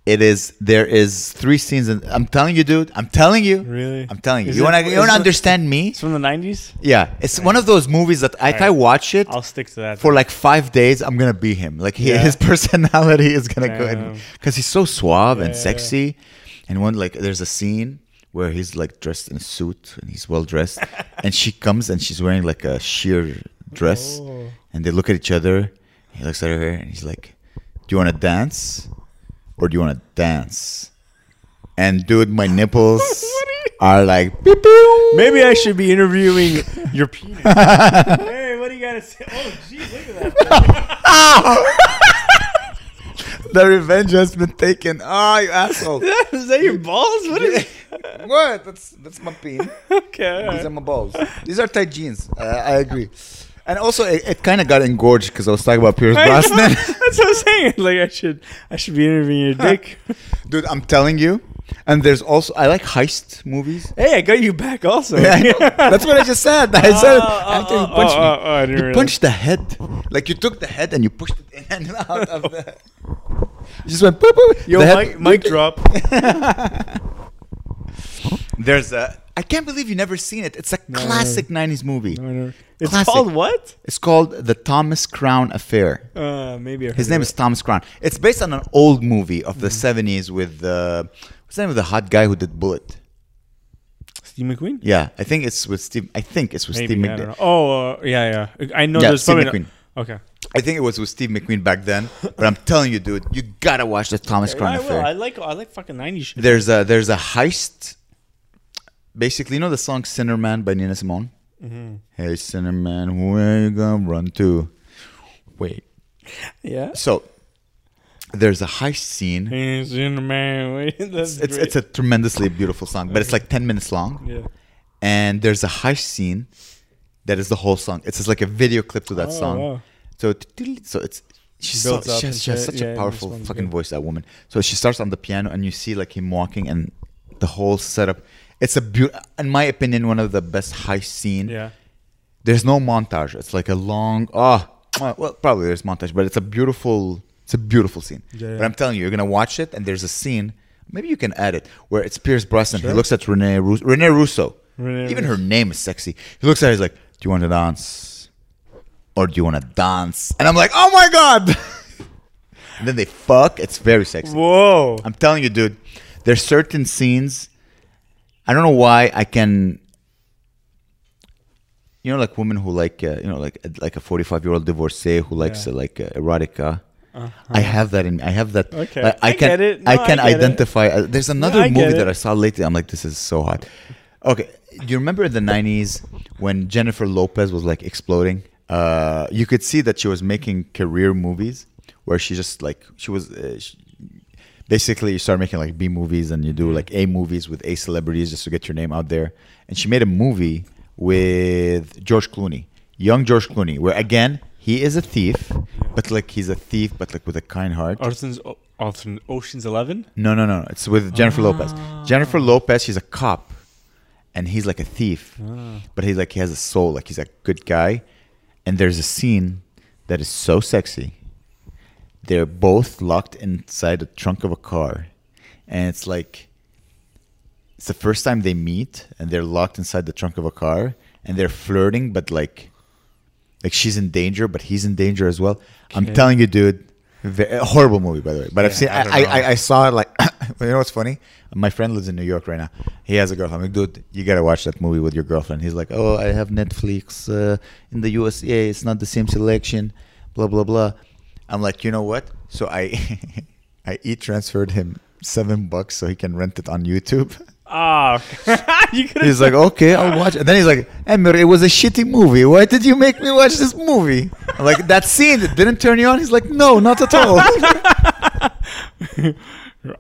It is there is three scenes, and I'm telling you, dude, I'm telling you,
Really?
I'm telling you.
Is
you
it-
want to you want
is
to
it-
understand me?
It's from the 90s?
Yeah, it's one of those movies that if I
Alright.
watch it.
I'll stick to that.
for like five days, I'm gonna be him. Like he,
Yeah.
his personality is gonna go
Damn.
because he's so suave and
Yeah.
sexy. And one like there's a scene where he's like dressed in a suit and he's well dressed, and she comes and she's wearing like a sheer dress,
Oh.
and they look at each other. He looks at her and he's like, "Do you want to dance, or do you want to dance?" And dude, my nipples are like beep, beep.
Maybe I should be interviewing your penis. hey, what do you got to say? Oh, geez, look at that.
the revenge has been taken. Ah, you asshole.
is that your balls? What is
what? That's that's my peen.
Okay.
These are my balls. These are tight jeans. Uh, I agree. And also, it, it kind of got engorged because I was talking about Pierce
I know.
Brosnan.
That's what I'm saying. Like I should, I should be interviewing your dick.
Dude, I'm telling you. And there's also I like heist movies.
hey, I got you back also.
Yeah, I know. That's what I just said. I
Uh,
said after you punched
oh,
me.
oh, I didn't
You
realize.
punched the head. Like you took the head and you pushed it in and out of the. You just went boop boop.
Yo,
The head-
mic, mic drop.
There's a. I can't believe you never seen it. It's a classic '90s movie.
It's
Classic.
called what?
It's called The Thomas Crown Affair.
Uh, maybe I
His
heard
name
of
is Thomas Crown. It's based on an old movie of
Mm-hmm.
the '70s with uh, what's the name of the hot guy who did Bullet?
it. Steve McQueen.
Yeah, I think it's with Steve. I think it's with
Maybe,
Steve
I don't
McQueen.
know. Oh, uh, yeah, yeah. I know
Yeah,
there's
Steve
probably
McQueen.
No, okay.
I think it was with Steve McQueen back then. But I'm telling you, dude, you gotta watch The Thomas Crown
I will.
Affair.
I like. I like fucking '90s shit.
There's a there's a heist. Basically, you know the song "Sinner Man" by Nina Simone.
Mm-hmm.
Hey, sinner man, where you gonna run to? Wait.
yeah.
So there's a heist scene.
He's in the man. Wait, that's
it's
great.
it's a tremendously beautiful song, but it's like ten minutes long,
yeah.
and there's a heist scene that is the whole song. It's just like a video clip to that
Oh,
song.
wow.
So t- so it's she's so,
Builds up
she has,
and
she has
shit.
such a
Yeah, this
powerful
one's
fucking
good.
voice, that woman. So she starts on the piano, and you see like him walking, and the whole setup. It's a beau- in my opinion, one of the best heist scene.
Yeah.
There's no montage. It's like a long ah well probably there's montage, but it's a beautiful it's a beautiful scene.
Yeah, yeah.
But I'm telling you, you're gonna watch it and there's a scene. Maybe you can add it where it's Pierce Brosnan.
Sure.
He looks at Rene Russo. Rene Russo.
Rene
Even
Russo.
her name is sexy. He looks at her. He's like, "Do you want to dance, or do you want to dance?" And I'm like, "Oh my god!" and then they fuck. It's very sexy.
Whoa.
I'm telling you, dude. There's certain scenes. I don't know why I can. You know, like women who like uh, you know, like like a 45 year old divorcee who likes
Yeah. Uh-huh.
uh, like uh, erotica. I have that in. I have that.
Okay.
like, I,
I
can.
get it.
I
No, I
can
get it.
identify. Uh, there's another
I get
movie
it.
that I saw lately. I'm like, this is so hot. Okay, do you remember in the 90s when Jennifer Lopez was like exploding? Uh, you could see that she was making career movies where she just like she was uh, she, basically you start making like B movies and you do like A movies with A celebrities just to get your name out there. And she made a movie with George Clooney, young George Clooney, where again he is a thief, but like he's a thief, but like with a kind heart.
Ocean's, O- Ocean- Ocean's Eleven.
No, no, no. It's with Jennifer Lopez. Jennifer Lopez, she's a cop, and he's like a thief, but he's like he has a soul. Like he's a good guy. And there's a scene that is so sexy. They're both locked inside the trunk of a car, and it's like it's the first time they meet, and they're locked inside the trunk of a car, and they're flirting, but like, like she's in danger, but he's in danger as well. I'm
Okay.
telling you, dude. ve- a horrible movie, by the way. But I've
Yeah,
seen.
I don't
I,
know.
I, I, I saw it like. you know what's funny? My friend lives in New York right now. He has a girlfriend. I'm like, dude, you gotta watch that movie with your girlfriend. He's like, oh, I have Netflix uh, in the USA. It's not the same selection. Blah blah blah. I'm like, you know what? So I, I e transferred him seven bucks so he can rent it on YouTube.
Ah, you could
He's like, okay, I'll watch. And then he's like, Emir, it was a shitty movie. Why did you make me watch this movie? I'm like, that scene that didn't turn you on. He's like, no, not at all.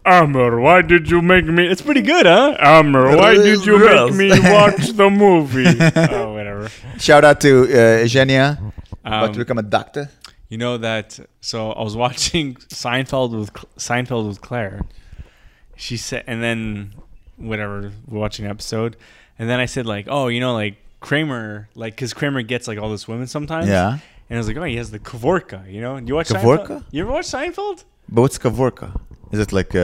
Amr, why did you make me? It's pretty good, huh? Amr, why did you make
Gross.
me watch the movie? oh, whatever.
Shout out to uh, Eugenia, about to
Um,
become a doctor.
You know that. So I was watching Seinfeld with Cl- Seinfeld with Claire. She said, and then whatever we're watching an episode, and then I said like, oh, you know, like Kramer, like because Kramer gets like all those women sometimes.
Yeah.
And I was like, oh, he has the Kavorka, you know. And you watch Seinfeld?
Kavorka?
You ever watch Seinfeld?
But what's Kavorka? Is it like uh,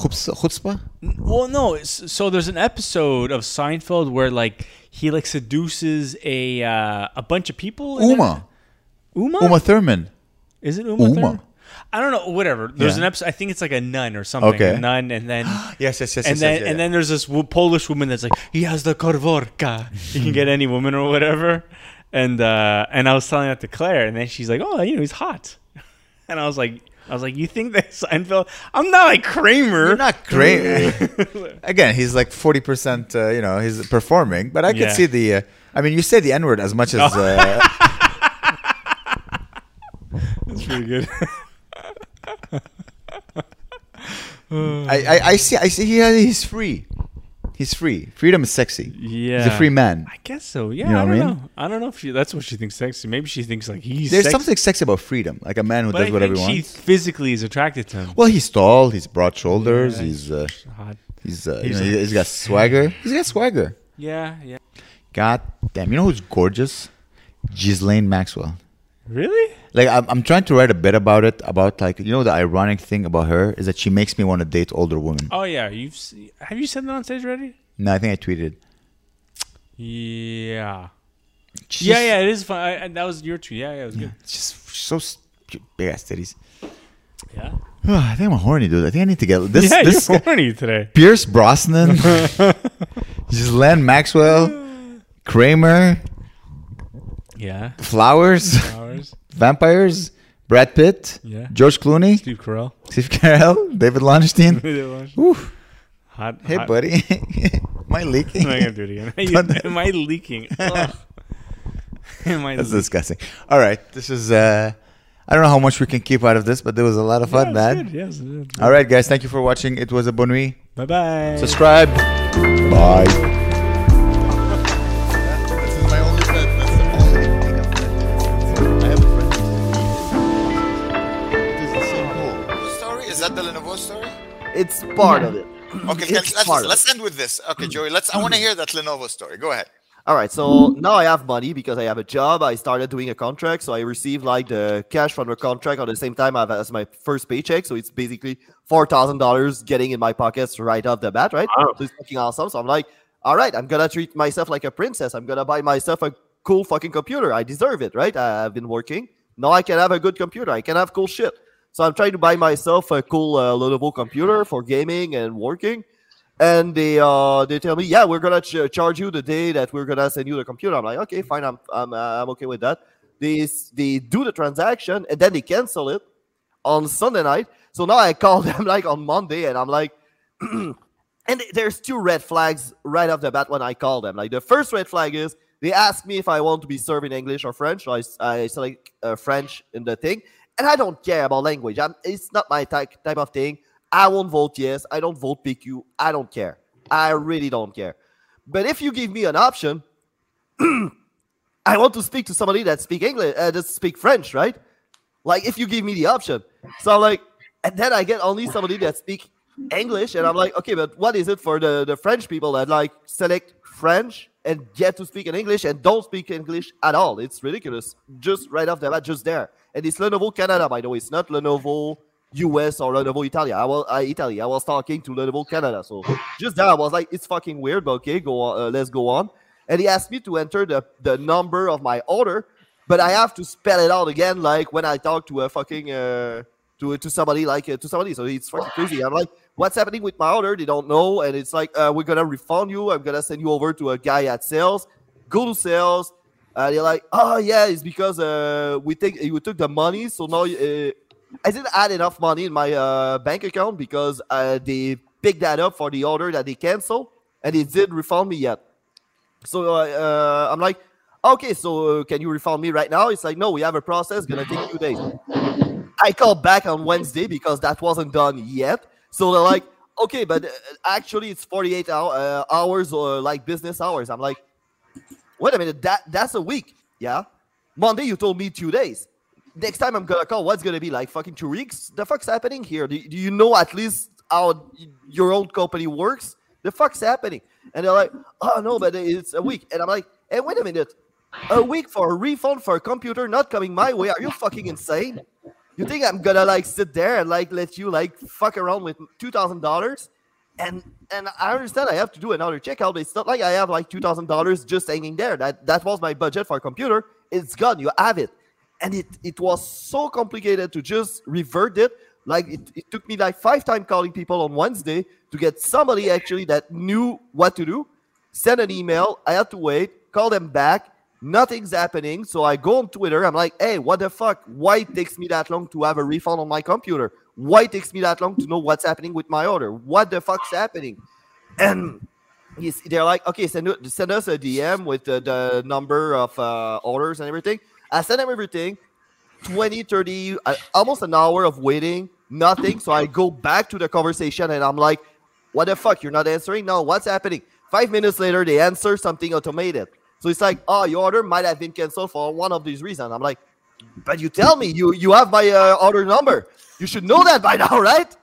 chutzpah? chutzpah?
N- Well, no. it's- So there's an episode of Seinfeld where like he like seduces a uh, a bunch of people. and
Uma.
then- Uma.
Uma Thurman.
Is it Uma?
Uma.
Thurman? I don't know. Whatever. There's
Yeah.
an episode. I think it's like a nun or something.
Okay.
A nun, and then.
Yes, yes, yes.
And then, and then there's this wo- Polish woman that's like, he has the korworka. He can get any woman or whatever. And uh, and I was telling that to Claire, and then she's like, oh, you know, he's hot. And I was like, I was like, you think that Seinfeld? I'm not like Kramer.
You're not great. Again, he's like 40%, uh, you know, he's performing, but I could
Yeah.
see the. Uh, I mean, you say the N word as much as. Uh,
That's pretty good.
I, I, I see, I see he, he's free. He's free. Freedom is sexy.
yeah,
He's a free man.
I guess so. Yeah,
You know
I
what
don't
I mean?
know. I don't know if she, that's what she thinks sexy. Maybe she thinks like he's
There's
sexy,
something sexy about freedom, like a man who
but
does
I
whatever he
think she
wants.
physically is attracted to him.
Well, he's tall. He's broad shoulders.
Yeah.
He's uh,
Hot.
he's uh,
He's
you know,
a-
he's got swagger. He's got swagger.
Yeah, yeah.
God damn! You know who's gorgeous? Ghislaine Maxwell.
Really?
Like I'm, I'm trying to write a bit about it. About like you know the ironic thing about her is that she makes me want to date older women.
Oh yeah. You've se- have you said that on stage already?
No, I think I tweeted.
Yeah.
She's
yeah,
just-
yeah. It is fun. I, I, that was your two. Yeah, yeah. It was good.
It's just so st- big ass titties.
Yeah.
I think I'm horny, dude. I think I need to get this.
yeah,
this
you're
guy-
horny today.
Pierce Brosnan, Ghislaine Maxwell, Kramer,
Yeah.
Flowers,
Hours.
Vampires, Brad Pitt,
Yeah.
George Clooney,
Steve Carell.
Steve Carell, David Lowenstein.
hot.
Whew.
hot.
Hey, buddy. Am I leaking?
I'm not gonna do it again.
Don't-
Am I leaking? Ugh. Am I
That's
leaking?
disgusting. All right. This is, uh, I don't know how much we can keep out of this, but there was a lot of fun, man. All right, guys. Thank you for watching. It was a bon nuit.
Bye bye.
Subscribe. Bye.
This is my only friend. That's the only thing I'm friends with. I have a friend who's This is so cool.
story? Is that the Lenovo story?
It's part of it.
Okay,
It's
let's, let's,
part of
let's end with this. Okay, Joey, let's. I want to hear that Lenovo story. Go ahead.
All right, so now I have money because I have a job. I started doing a contract, so I received like the cash from the contract at the same time I've- as my first paycheck. So it's basically four thousand dollars getting in my pockets right off the bat, right? So it's fucking awesome. So I'm like, all right, I'm gonna treat myself like a princess. I'm gonna buy myself a cool fucking computer. I deserve it, right? I, I've been working. Now I can have a good computer. I can have cool shit. So I'm trying to buy myself a cool uh, Lenovo computer for gaming and working and they uh they tell me yeah we're gonna ch- charge you the day that we're gonna send you the computer i'm like okay fine i'm i'm, uh, I'm okay with that they s- they do the transaction and then they cancel it on sunday night so now i call them like on monday and i'm like and there's two red flags right off the bat when i call them like the first red flag is they ask me if i want to be served in english or french so i, s- I select uh, french in the thing and I don't care about language. I'm, it's not my type type of thing. I won't vote yes. I don't vote PQ. I don't care. I really don't care. But if you give me an option, I want to speak to somebody that speak English, uh, that speak French, right? Like if you give me the option, so I'm like, and then I get only somebody that speak English, and I'm like, okay, but what is it for the, the French people that like select French and get to speak in English and don't speak English at all? It's ridiculous. Just right off the bat, just there. And it's Lenovo Canada, by the way. It's not Lenovo US or Lenovo Italia. I was uh, Italy. I was talking to Lenovo Canada, so just there, I was like, it's fucking weird, but okay, go on, uh, let's go on. And he asked me to enter the the number of my order, but I have to spell it out again, like when I talk to a fucking. Uh, to to somebody like uh, to somebody. So it's fucking crazy. I'm like, what's happening with my order? They don't know, and it's like, uh, we're gonna refund you. I'm gonna send you over to a guy at sales. Go to sales. Uh, they're like, oh yeah, it's because uh, we take you took the money, so now uh, I didn't add enough money in my uh, bank account because uh, they picked that up for the order that they cancel, and they didn't refund me yet. So uh, uh, I'm like, okay, so uh, can you refund me right now? It's like, no, we have a process, gonna take two days. I called back on Wednesday because that wasn't done yet. So they're like, okay, but uh, actually it's 48 hour, uh, hours or like business hours. I'm like, wait a minute, that that's a week. Yeah. Monday, you told me two days. Next time I'm going to call, what's going to be like fucking two weeks? The fuck's happening here? Do, do you know at least how y- your own company works? The fuck's happening? And they're like, oh no, but it's a week. And I'm like, hey, wait a minute. A week for a refund for a computer not coming my way? Are you fucking insane? You think I'm gonna like sit there and like let you like fuck around with two thousand dollars? And and I understand I have to do another checkout. It's not like I have like two thousand dollars just hanging there. That that was my budget for a computer. It's gone. You have it. And it it was so complicated to just revert it. Like it, it took me like five time calling people on Wednesday to get somebody actually that knew what to do. Send an email. I had to wait, call them back, nothing's happening. So I go on Twitter. I'm like, hey, what the fuck? Why it takes me that long to have a refund on my computer? Why it takes me that long to know what's happening with my order? What the fuck's happening? And he's, they're like, okay, send, send us a DM with the, the number of uh, orders and everything. I send them everything. 20, 30, uh, almost an hour of waiting, nothing. So I go back to the conversation and I'm like, what the fuck? You're not answering? No, what's happening? Five minutes later, they answer something automated. So it's like, oh, your order might have been canceled for one of these reasons. I'm like, but you tell me, you you have my uh, order number. You should know that by now, right?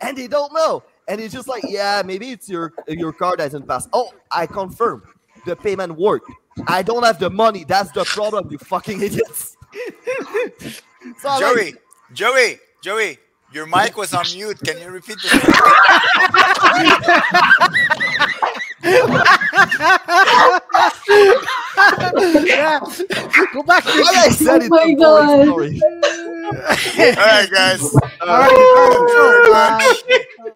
And they don't know. And it's just like, yeah, maybe it's your your card hasn't passed. Oh, I confirm, the payment worked. I don't have the money. That's the problem, you fucking idiots. So I'm like,
Joey, Joey, Joey, your mic was on mute. Can you repeat this?
yeah. Go back to
why I said
Oh
it
my
a boring
God.
story.
All right, guys.
All right.
Uh,